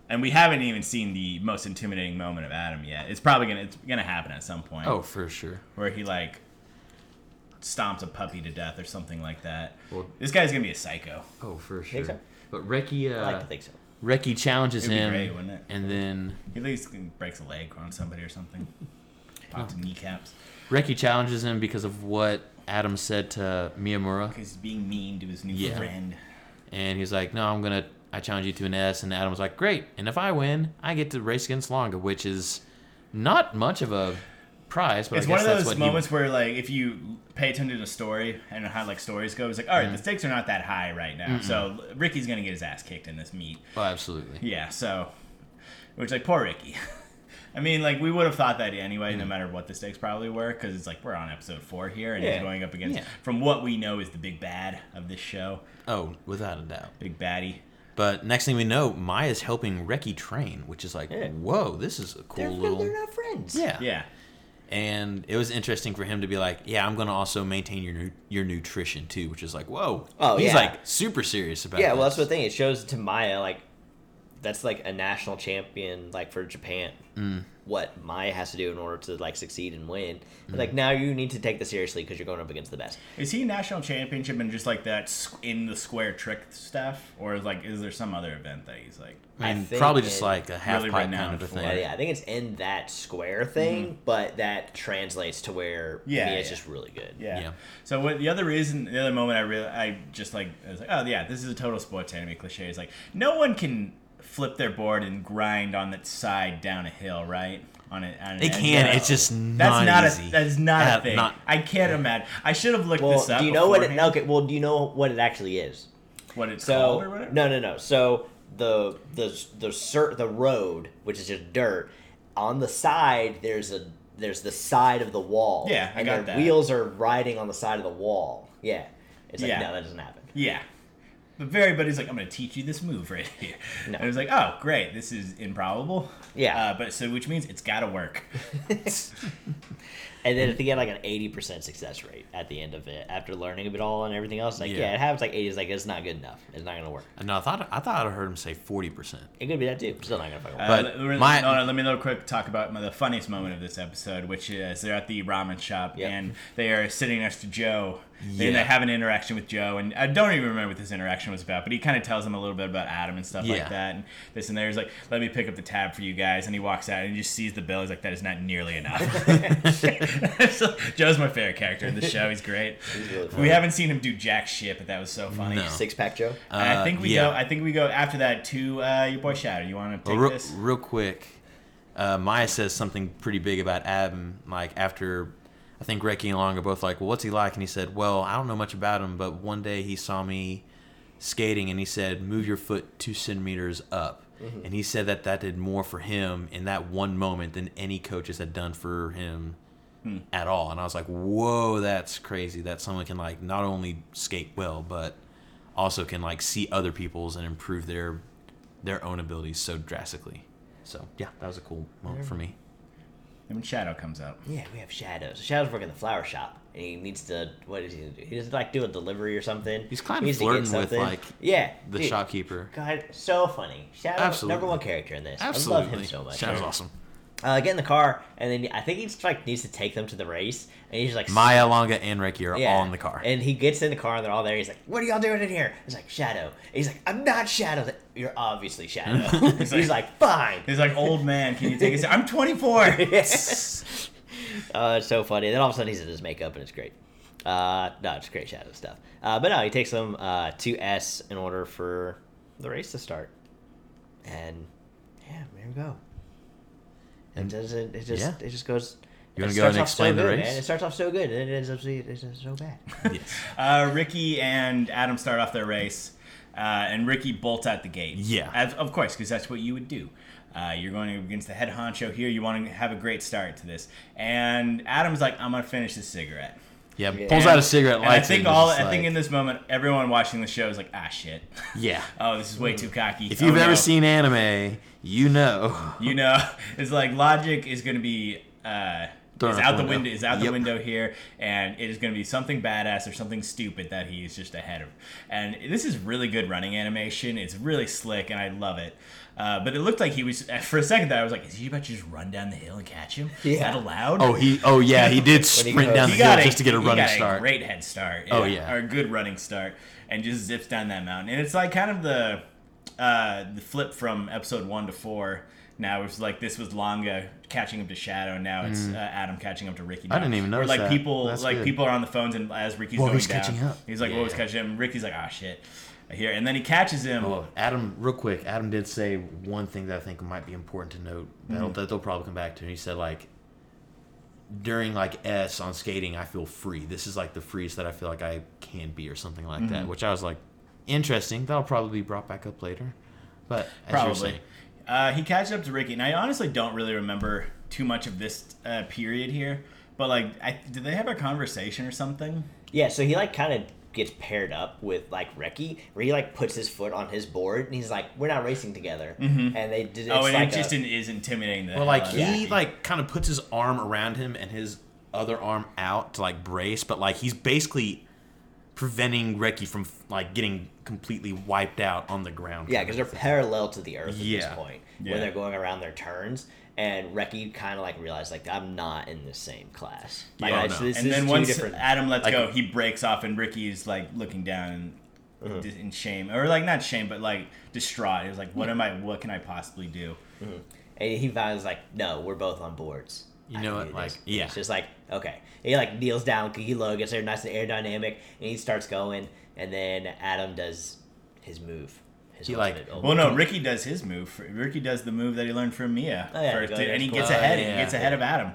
A: and we haven't even seen the most intimidating moment of Adam yet. It's probably gonna it's gonna happen at some point.
C: Oh, for sure.
A: where he like stomps a puppy to death or something like that.
C: Well-
A: this guy's gonna be a psycho.
C: Oh, for sure.
B: so.
C: But Reki,
B: I like
C: uh,
B: to think so.
C: Reki challenges
A: It'd be
C: him,
A: great, wouldn't it?
C: and then
A: He at least breaks a leg on somebody or something. Pops kneecaps.
C: Reki challenges him because of what Adam said to Miyamura,
A: He's being mean to his new
C: Yeah.
A: friend.
C: and he's like, "No, I'm gonna, I challenge you to an S." And Adam was like, "Great!" And if I win, I get to race against Longa, which is not much of a prize, but
A: it's
C: I guess
A: one of
C: that's
A: those
C: what
A: moments where like if you pay attention to the story and how like stories go, it's like all right,
C: Mm.
A: the stakes are not that high right
C: Mm-hmm.
A: now. So Ricky's gonna get his ass kicked in this meet.
C: he. Oh, absolutely.
A: Yeah, so which like poor Ricky. I mean, like we would have thought that anyway,
C: Mm.
A: no matter what the stakes probably were, because it's like we're on episode four here, and
B: Yeah.
A: he's going up against
C: Yeah.
A: from what we know is the big bad of this show,
C: Oh, without a doubt.
A: big baddie.
C: But next thing we know, Maya's helping Reki train, which is like,
B: Yeah.
C: whoa, this is a cool
B: They're,
C: little.
B: they're not friends.
C: Yeah.
A: Yeah,
C: And it was interesting for him to be like, yeah, I'm going to also maintain your nu- your nutrition too, which is like, whoa.
B: Oh,
C: He's
B: yeah.
C: like super serious about
B: Yeah, well, that's
C: this.
B: the thing. It shows to Maya, like, that's like a national champion, like, for Japan.
A: Mm.
B: What Maya has to do in order to, like, succeed and win. But,
A: Mm.
B: Like, now you need to take this seriously because you're going up against the best.
A: is he national championship and just like that squ- in the square trick stuff, or is like is there some other event that he's like?
C: I mean,
B: I think
C: probably just
B: it-
C: like a half
A: Really
C: pipe
A: renowned
C: kind of a
A: for
C: thing.
B: Yeah, yeah, I think it's in that square thing, but that translates to where
A: Mm-hmm. Yeah,
B: Mia's
A: yeah.
B: just really good.
A: Yeah.
C: Yeah.
A: So what the other reason, the other moment I really, I just like, I was like, oh yeah, this is a total sports anime cliche. It's like no one can flip their board and grind on its side down a hill, right? On it. On an
C: They
A: edge.
C: can, it's just
A: That's
C: not
A: not
C: easy.
A: a. That's not
C: Uh,
A: a thing.
C: not-
A: I can't imagine. I should have looked
B: Well,
A: this up.
B: do you know what it?
A: beforehand,
B: Okay, well, do you know what it actually is?
A: What it's
B: So
A: called or whatever?
B: no, no, no. So the the the cer- the road, which is just dirt, on the side there's a there's the side of the wall.
A: Yeah, I
B: and
A: got
B: their
A: that.
B: Wheels are riding on the side of the wall. Yeah, it's like
A: Yeah.
B: no, that doesn't happen.
A: Yeah. But very, but he's like, I'm going to teach you this move right here.
B: No.
A: And I was like, oh, great, this is improbable.
B: Yeah.
A: Uh, but so, which means it's got to work.
B: And then if they get like an eighty percent success rate at the end of it after learning of it all and everything else, like yeah,
C: Yeah.
B: it happens like eighty is like it's not good enough. It's not gonna work.
C: No, I thought I thought I heard him say forty percent.
B: It could be that too. Still not gonna fucking work.
A: Uh,
C: But
A: let- let-
C: my-
A: no, no, let me real quick talk about my, the funniest moment of this episode, which is they're at the ramen shop
B: Yep.
A: and they are sitting next to Joe.
C: Yeah.
A: And they have an interaction with Joe, and I don't even remember what this interaction was about, but he kind of tells them a little bit about Adam and stuff
C: Yeah.
A: like that, and this and there. He's like, "Let me pick up the tab for you guys," and he walks out and he just sees the bill. He's like, "That is not nearly enough." So, Joe's my favorite character in the show. He's great.
B: He's really funny.
A: Uh, we haven't seen him do jack shit, but that was so funny.
C: No. Uh,
B: Six pack Joe.
A: And I think we
C: yeah.
A: go. I think we go after that to uh, your boy Shadow. You want to
C: Well,
A: take
C: real,
A: this?
C: real quick, uh, Maya says something pretty big about Adam. Like after, I think Reki and Long are both like, "Well, what's he like?" And he said, "Well, I don't know much about him, but one day he saw me skating, and he said, move your foot two centimeters up.'"
A: Mm-hmm.
C: And he said that that did more for him in that one moment than any coaches had done for him
A: Hmm.
C: at all. And I was like, "Whoa, that's crazy! That someone can like not only skate well, but also can like see other people's and improve their their own abilities so drastically. So yeah, that was a cool moment for me.
A: And Shadow comes up.
B: Yeah, we have Shadows. Shadows working the flower shop, and he needs to. What does he do? He does like do a delivery or something.
C: He's kinda
B: He needs to
C: flirting
B: get
C: with,
B: something.
C: like,
B: yeah
C: The
B: dude,
C: shopkeeper.
B: God, so funny. Shadow,
C: Absolutely.
B: number one character in this. I love him
C: Absolutely.
B: so much.
C: Sounds awesome.
B: Uh, get in the car, and then I think he's like needs to take them to the race, and he's like
C: Maya Longa and Reiki are
B: yeah.
C: all in the car.
B: And he gets in the car, and they're all there. He's like, "What are y'all doing in here?" He's like, "Shadow." And he's like, "I'm not Shadow." He's like, You're obviously Shadow. he's,
A: like-
B: like, "Fine."
A: He's like, old man, can you take a seat? I'm 24.
B: Uh, it's so funny. Then all of a sudden he's in his makeup and it's great. Uh, no, it's great shadow stuff. Uh, but no, he takes them uh, to S in order for the race to start. And yeah, there we go. It
C: And-
B: doesn't. It just.
C: Mm. yeah.
B: It just goes.
C: You wanna
B: it
C: go ahead
B: starts
C: and
B: off so
C: explain the
B: good,
C: race?
B: Man. It starts off so good, and it ends up so- it's just so bad.
C: yes.
A: Uh, Ricky and Adam start off their race, uh, and Ricky bolts out the gate.
C: Yeah.
A: As- of course, because that's what you would do. Uh, you're going against the head honcho here. You want to have a great start to this. And Adam's like, I'm going to finish this cigarette.
C: Yeah,
B: Yeah.
C: pulls out a cigarette,
A: And I
C: lights it,
A: think
C: and
A: all.
C: just
A: I think
C: like-
A: in this moment, everyone watching the show is like, ah, shit.
C: yeah.
B: Uh,
A: Oh, this is way too cocky.
C: If you've
A: Oh,
C: ever
A: no.
C: seen anime, you know.
A: you know, it's like logic is going to be uh,
C: Throwing
A: is
C: out
A: out
C: the
A: the window is out the
C: Yep.
A: window here, and it is going to be something badass or something stupid that he is just ahead of. And this is really good running animation. It's really slick, and I love it. Uh, but it looked like he was for a second there. I was like, is he about to just run down the hill and catch him? Is
B: Yeah.
A: that allowed?
C: Oh, he. Oh, yeah, he did sprint
B: goes-
C: down the
A: he
C: hill
A: got a,
C: just to get a
A: he
C: running
A: got
C: start.
A: A great head start.
C: Oh, yeah.
A: or a good running start, and just zips down that mountain. And it's like kind of the uh, the flip from episode one to four. Now it's like this was Longa catching up to Shadow. and Now it's uh, Adam catching up to Ricky.
C: Mm. I didn't even
A: know.
C: notice
A: like
C: that.
A: people,
C: That's
A: like
C: good.
A: people are on the phones, and as Ricky's
C: Whoa,
A: going
C: he's
A: down,
C: catching up.
A: he's like, "What was
C: Yeah.
A: catching him?" Ricky's like, "Ah, shit." Here and then he catches him.
C: Oh, Adam, real quick, Adam did say one thing that I think might be important to note
B: Mm-hmm.
C: that'll, that they'll probably come back to. And he said, like, during like S on skating, I feel free. This is like the freest that I feel like I can be, or something like
B: Mm-hmm.
C: that. Which I was like, interesting. That'll probably be brought back up later. But as you're
A: Probably.
C: saying-
A: Uh, he catches up to Ricky, and I honestly don't really remember too much of this uh, period here. But like, I, did they have a conversation or something?
B: Yeah, so he like kind of gets paired up with like Reki, where he like puts his foot on his board and he's like, "We're not racing together."
C: Mm-hmm.
B: And they did. It's
A: oh, and
B: like
A: it just
B: a,
A: in- is intimidating. The
C: Well,
A: hell
C: like
A: out of
C: he
A: Ricky.
C: like kind of puts his arm around him and his other arm out to like brace, but like he's basically preventing Reki from like getting completely wiped out on the ground.
B: yeah, because they're parallel to the earth at
C: Yeah.
B: this point,
A: Yeah.
B: where they're going around their turns. And Reki kind of like realized like I'm not in the same class. Like,
C: Yeah,
B: I-
C: no.
B: so this
A: and
B: is
A: then
B: two
A: once
B: different.
A: Adam lets
C: like-
A: go, he breaks off, and Ricky's like looking down and
B: Uh-huh.
A: dis- in shame, or like not shame, but like distraught. He was like, "What am I? What can I possibly do?"
B: And he finally was like, no, we're both on boards.
C: You
B: I
C: know
B: can
C: what,
B: do
C: like,
B: this."
C: yeah.
B: It's just like, okay. And he like kneels down, Kiki Low gets there nice and aerodynamic, and he starts going, and then Adam does his move. His
C: He, like-
B: ultimate-
A: Well, no, Ricky does his move. Ricky does the move that he learned from Mia,
B: Oh, yeah,
A: first,
B: go there.
A: and he gets
C: Oh,
A: ahead.
C: yeah.
A: He gets ahead of Adam,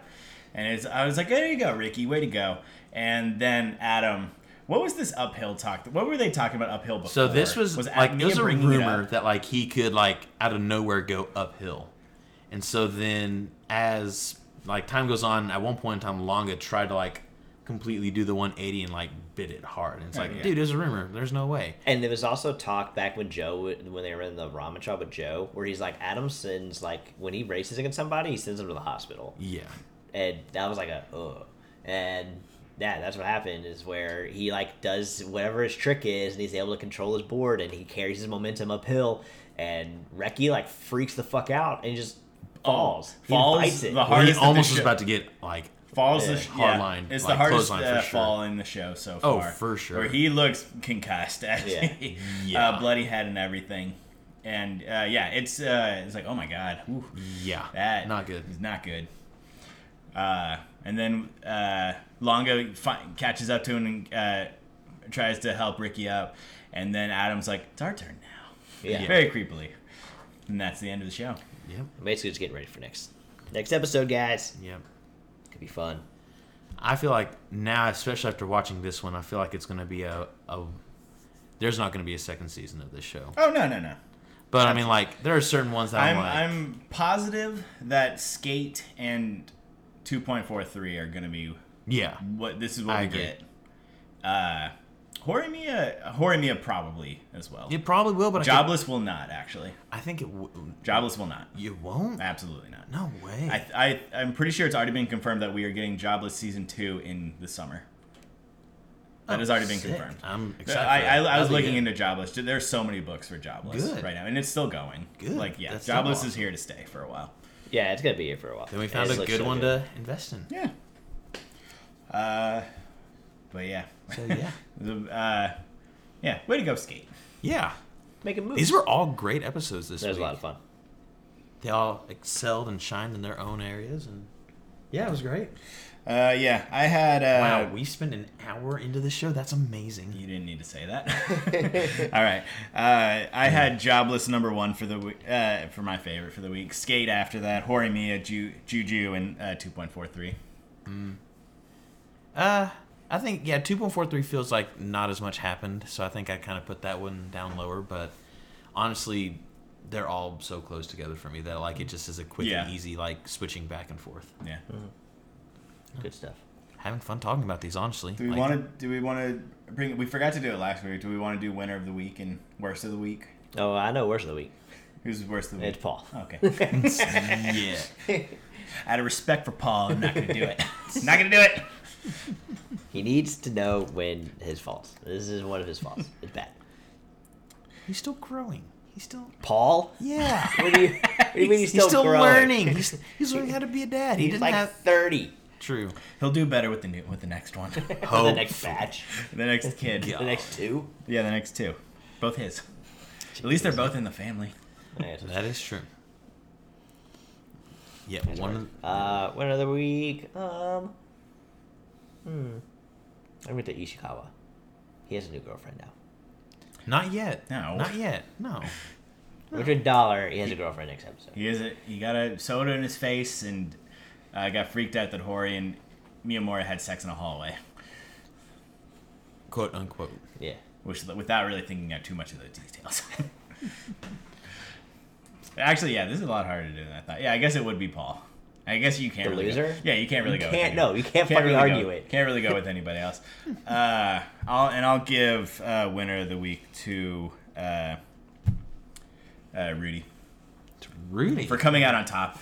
A: and it's, I was like, "There you go, Ricky, way to go!" And then Adam, what was this uphill talk? What were they talking about uphill before?
C: So this was,
A: was
C: like it
A: Mia
C: was a
A: bringing it
C: rumor
A: up?
C: that like he could like out of nowhere go uphill, and so then as like time goes on, at one point in time, Longa tried to like completely do the 180 and like bit it hard, and it's like,
A: Oh, yeah.
C: dude, there's a rumor, there's no way.
B: And there was also talk back when Joe, when they were in the ramen shop with Joe, where he's like, Adam sends, like, when he races against somebody, he sends them to the hospital.
C: Yeah,
B: and that was like a ugh. and yeah that's what happened is where he like does whatever his trick is and he's able to control his board and he carries his momentum uphill and Reki like freaks the fuck out and just falls he
A: falls
B: bites it
A: the
C: Well, he
A: Hardest that they
C: almost was
A: should-
C: about to get like
A: falls
B: Yeah.
A: the sh-
C: Hard
A: yeah,
C: line,
A: It's
C: like,
A: the hardest
C: clothesline for
A: uh,
C: sure.
A: fall in the show so
C: Oh,
A: far.
C: for sure.
A: Where he looks concussed, actually.
B: Yeah.
C: Yeah.
A: Uh, bloody head and everything, and uh, yeah, it's uh, it's like oh my god, Ooh,
C: yeah,
A: that
C: not good.
A: is not good. Uh, and then uh, Longo fi- catches up to him and uh, tries to help Ricky up, and then Adam's like, "It's our turn now."
B: yeah.
A: Very creepily, and that's the end of the show.
C: Yep,
B: basically just getting ready for next next episode guys
C: yep.
B: could be fun
C: I feel like now, especially after watching this one, I feel like it's gonna be a, a there's not gonna be a second season of this show.
A: Oh no no no!
C: But I mean, like there are certain ones that I'm,
A: I'm
C: like,
A: I'm positive that Skate and 2.43 are gonna be
C: yeah,
A: what this is what
C: I
A: we
C: agree.
A: get. Uh, Horimiya Horimiya probably as well.
C: it probably will. But I, could-
A: Jobless will not actually.
C: I think it w-
A: Jobless will not.
C: you won't.
A: Absolutely not.
C: No way.
A: I, I, I'm pretty sure it's already been confirmed that we are getting Jobless season two in the summer. That
C: Oh,
A: has already been
C: sick.
A: confirmed.
C: I'm
A: I,
C: excited. for
A: I,
C: that.
A: I was
C: That'll be
A: looking
C: good.
A: into Jobless. There's so many books for Jobless
C: Good.
A: right now, and it's still going.
C: Good.
A: Like yeah,
C: That's so
A: Jobless is
C: awesome.
A: here to stay for a while.
B: yeah it's gonna be here for a while
C: Then we found a good one to invest in.
A: Yeah. Uh, but yeah,
C: So yeah,
A: the, uh, yeah, way to go, skate.
C: yeah.
B: make a movie
C: These were all great episodes this
B: that was a
C: week.
B: lot of fun
C: They all excelled and shined in their own areas, and yeah, it was great.
A: Uh, yeah, I had. Uh,
C: Wow, we spent an hour into the show. That's amazing.
A: You didn't need to say that. All right. Uh, I had jobless number one for the we- uh, for my favorite for the week. Skate after that. Horimiya, Ju- Juju, and uh, two point four three.
C: Uh, I think yeah, two point four three feels like not as much happened, so I think I kind of put that one down lower. But honestly, they're all so close together for me that like it just is a quick
A: Yeah.
C: and easy like switching back and forth.
A: Yeah.
B: good stuff
C: Having fun talking about these, honestly.
A: Do we
C: Like,
A: want to? Do we want to bring? We forgot to do it last week. Do we want to do winner of the week and worst of the week?
B: oh I know worst of the week
A: Who's worse than
B: It's
A: me?
B: Paul.
A: Okay.
C: yeah.
A: Out of respect for Paul, I'm not gonna do it. not gonna do it.
B: He needs to know when his faults. This is one of his faults. It's bad.
C: He's still growing. He's still.
B: Paul?
C: Yeah.
B: What do you, what do you mean he's,
C: He's still,
B: growing?
C: learning. He's, he's learning how to be a dad. He
B: He's
C: didn't
B: like
C: have
B: 30.
C: true.
A: He'll do better with the new, with the next one, the
B: The
C: Hope.
B: next batch.
A: next kid.
C: Yeah.
B: The next two.
A: Yeah, the next two, both his. At least they're both in the family.
C: That is true. Yeah, one.
B: One.
C: of the-
B: Uh, one other week. Um. Hmm. I went to Ishikawa. He has a new girlfriend now.
C: Not yet.
A: No.
C: Not yet. No.
B: Richard Dollar. He has a girlfriend next episode.
A: He is. A, he got a soda in his face and uh, got freaked out that Hori and Miyamura had sex in a hallway,
C: Quote unquote.
B: Yeah.
A: which without really thinking out too much of the details. Actually, yeah, this is a lot harder to do than I thought. Yeah, I guess it would be Paul. I guess you can't
B: The
A: really Go.
B: loser?
A: Yeah, you can't really
B: You
A: go.
B: can't-
A: with
B: no,
A: anyone.
B: you can't fucking
A: really
B: argue
A: go,
B: it.
A: Can't really go with anybody else. Uh, I'll and I'll give uh, winner of the week to uh, uh, Rudy
C: It's Rudy.
A: for coming out on top.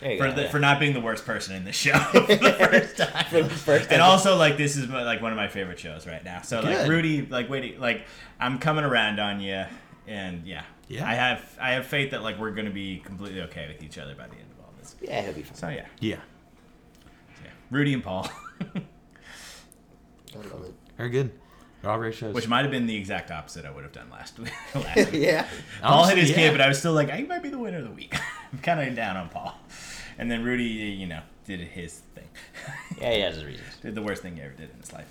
B: There you
A: for
B: go.
A: the, for not being the worst person in the show for the first time.
B: For the first
A: And
B: episode.
A: also, like this is my, like one of my favorite shows right now. So like
C: Good.
A: Rudy, like wait, like I'm coming around on you, and yeah,
C: Yeah.
A: I have I have faith that like we're gonna be completely okay with each other by the end of all this.
B: Yeah, he'll be fine.
A: So yeah,
C: Yeah.
A: yeah. Rudy and Paul,
B: I love
C: Very good. They're all great shows.
A: which might have been the exact opposite I would have done last week. last week.
B: yeah.
A: Paul hit
C: Honestly,
A: his
C: yeah.
A: kid, but I was still like, I might be the winner of the week. I'm kind of down on Paul, and then Rudy, you know, did his thing.
B: Yeah, he has his reasons.
A: did the worst thing he ever did in his life,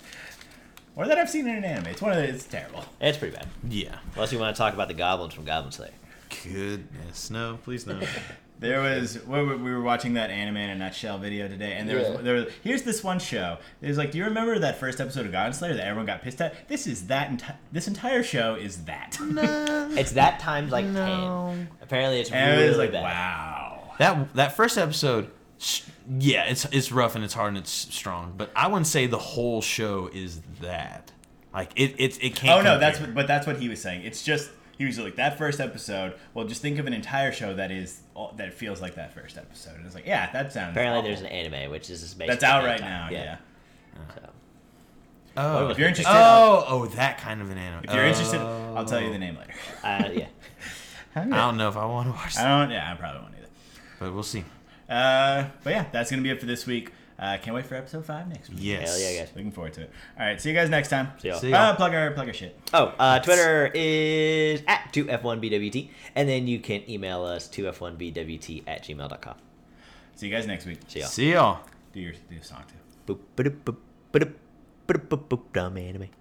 A: or that I've seen in an anime. It's one of the, it's terrible.
B: It's pretty bad.
C: Yeah.
B: Unless you want to talk about the goblins from Goblin Slayer.
C: Goodness. No, please no.
A: There was we were we were watching that anime in a nutshell video today, and there
B: Yeah.
A: was there was, here's this one show. It was like, do you remember that first episode of Goblin Slayer that everyone got pissed at? This is that enti- this entire show is that.
C: no.
B: It's that times like
C: No.
B: 10. Apparently, it's
A: and
B: really
A: it was like,
B: bad.
A: wow.
C: That that first episode, s- yeah, it's it's rough and it's hard and it's strong, but I wouldn't say the whole show is that. Like it it it can't.
A: Oh no, that's
C: compare.
A: what, but that's what he was saying. It's just he was like that first episode. Well, just think of an entire show that is all, that feels like that first episode. And it's like, yeah, that sounds.
B: Apparently,
A: awful.
B: there's an anime, which is just
A: that's
B: basically
A: out right
B: hentai.
A: now. yeah.
B: So.
C: oh.
A: If you're interested,
C: Oh, oh, that kind of an anime.
A: If you're interested,
C: Oh.
A: I'll tell you the name later.
B: Uh, yeah. Oh,
C: I don't know if I want to watch
A: I
C: that,
A: don't. Yeah, I probably won't either.
C: but we'll see.
A: Uh, but yeah, that's gonna be it for this week. Uh, can't wait for episode five next week.
C: Yes.
B: Hell yeah, guys.
A: Looking forward to it. All right, see you guys next time.
B: See y'all.
C: See
A: Uh,
C: y'all.
A: plug our plug our shit.
B: Oh, uh, Twitter is at 2F1BWT, and then you can email us 2F1BWT at gmail.com.
A: See you guys next week.
B: See y'all.
C: See y'all.
A: Do your do your song too.
B: Boop, ba-doop, boop, ba-doop, ba-doop, boop, dumb anime.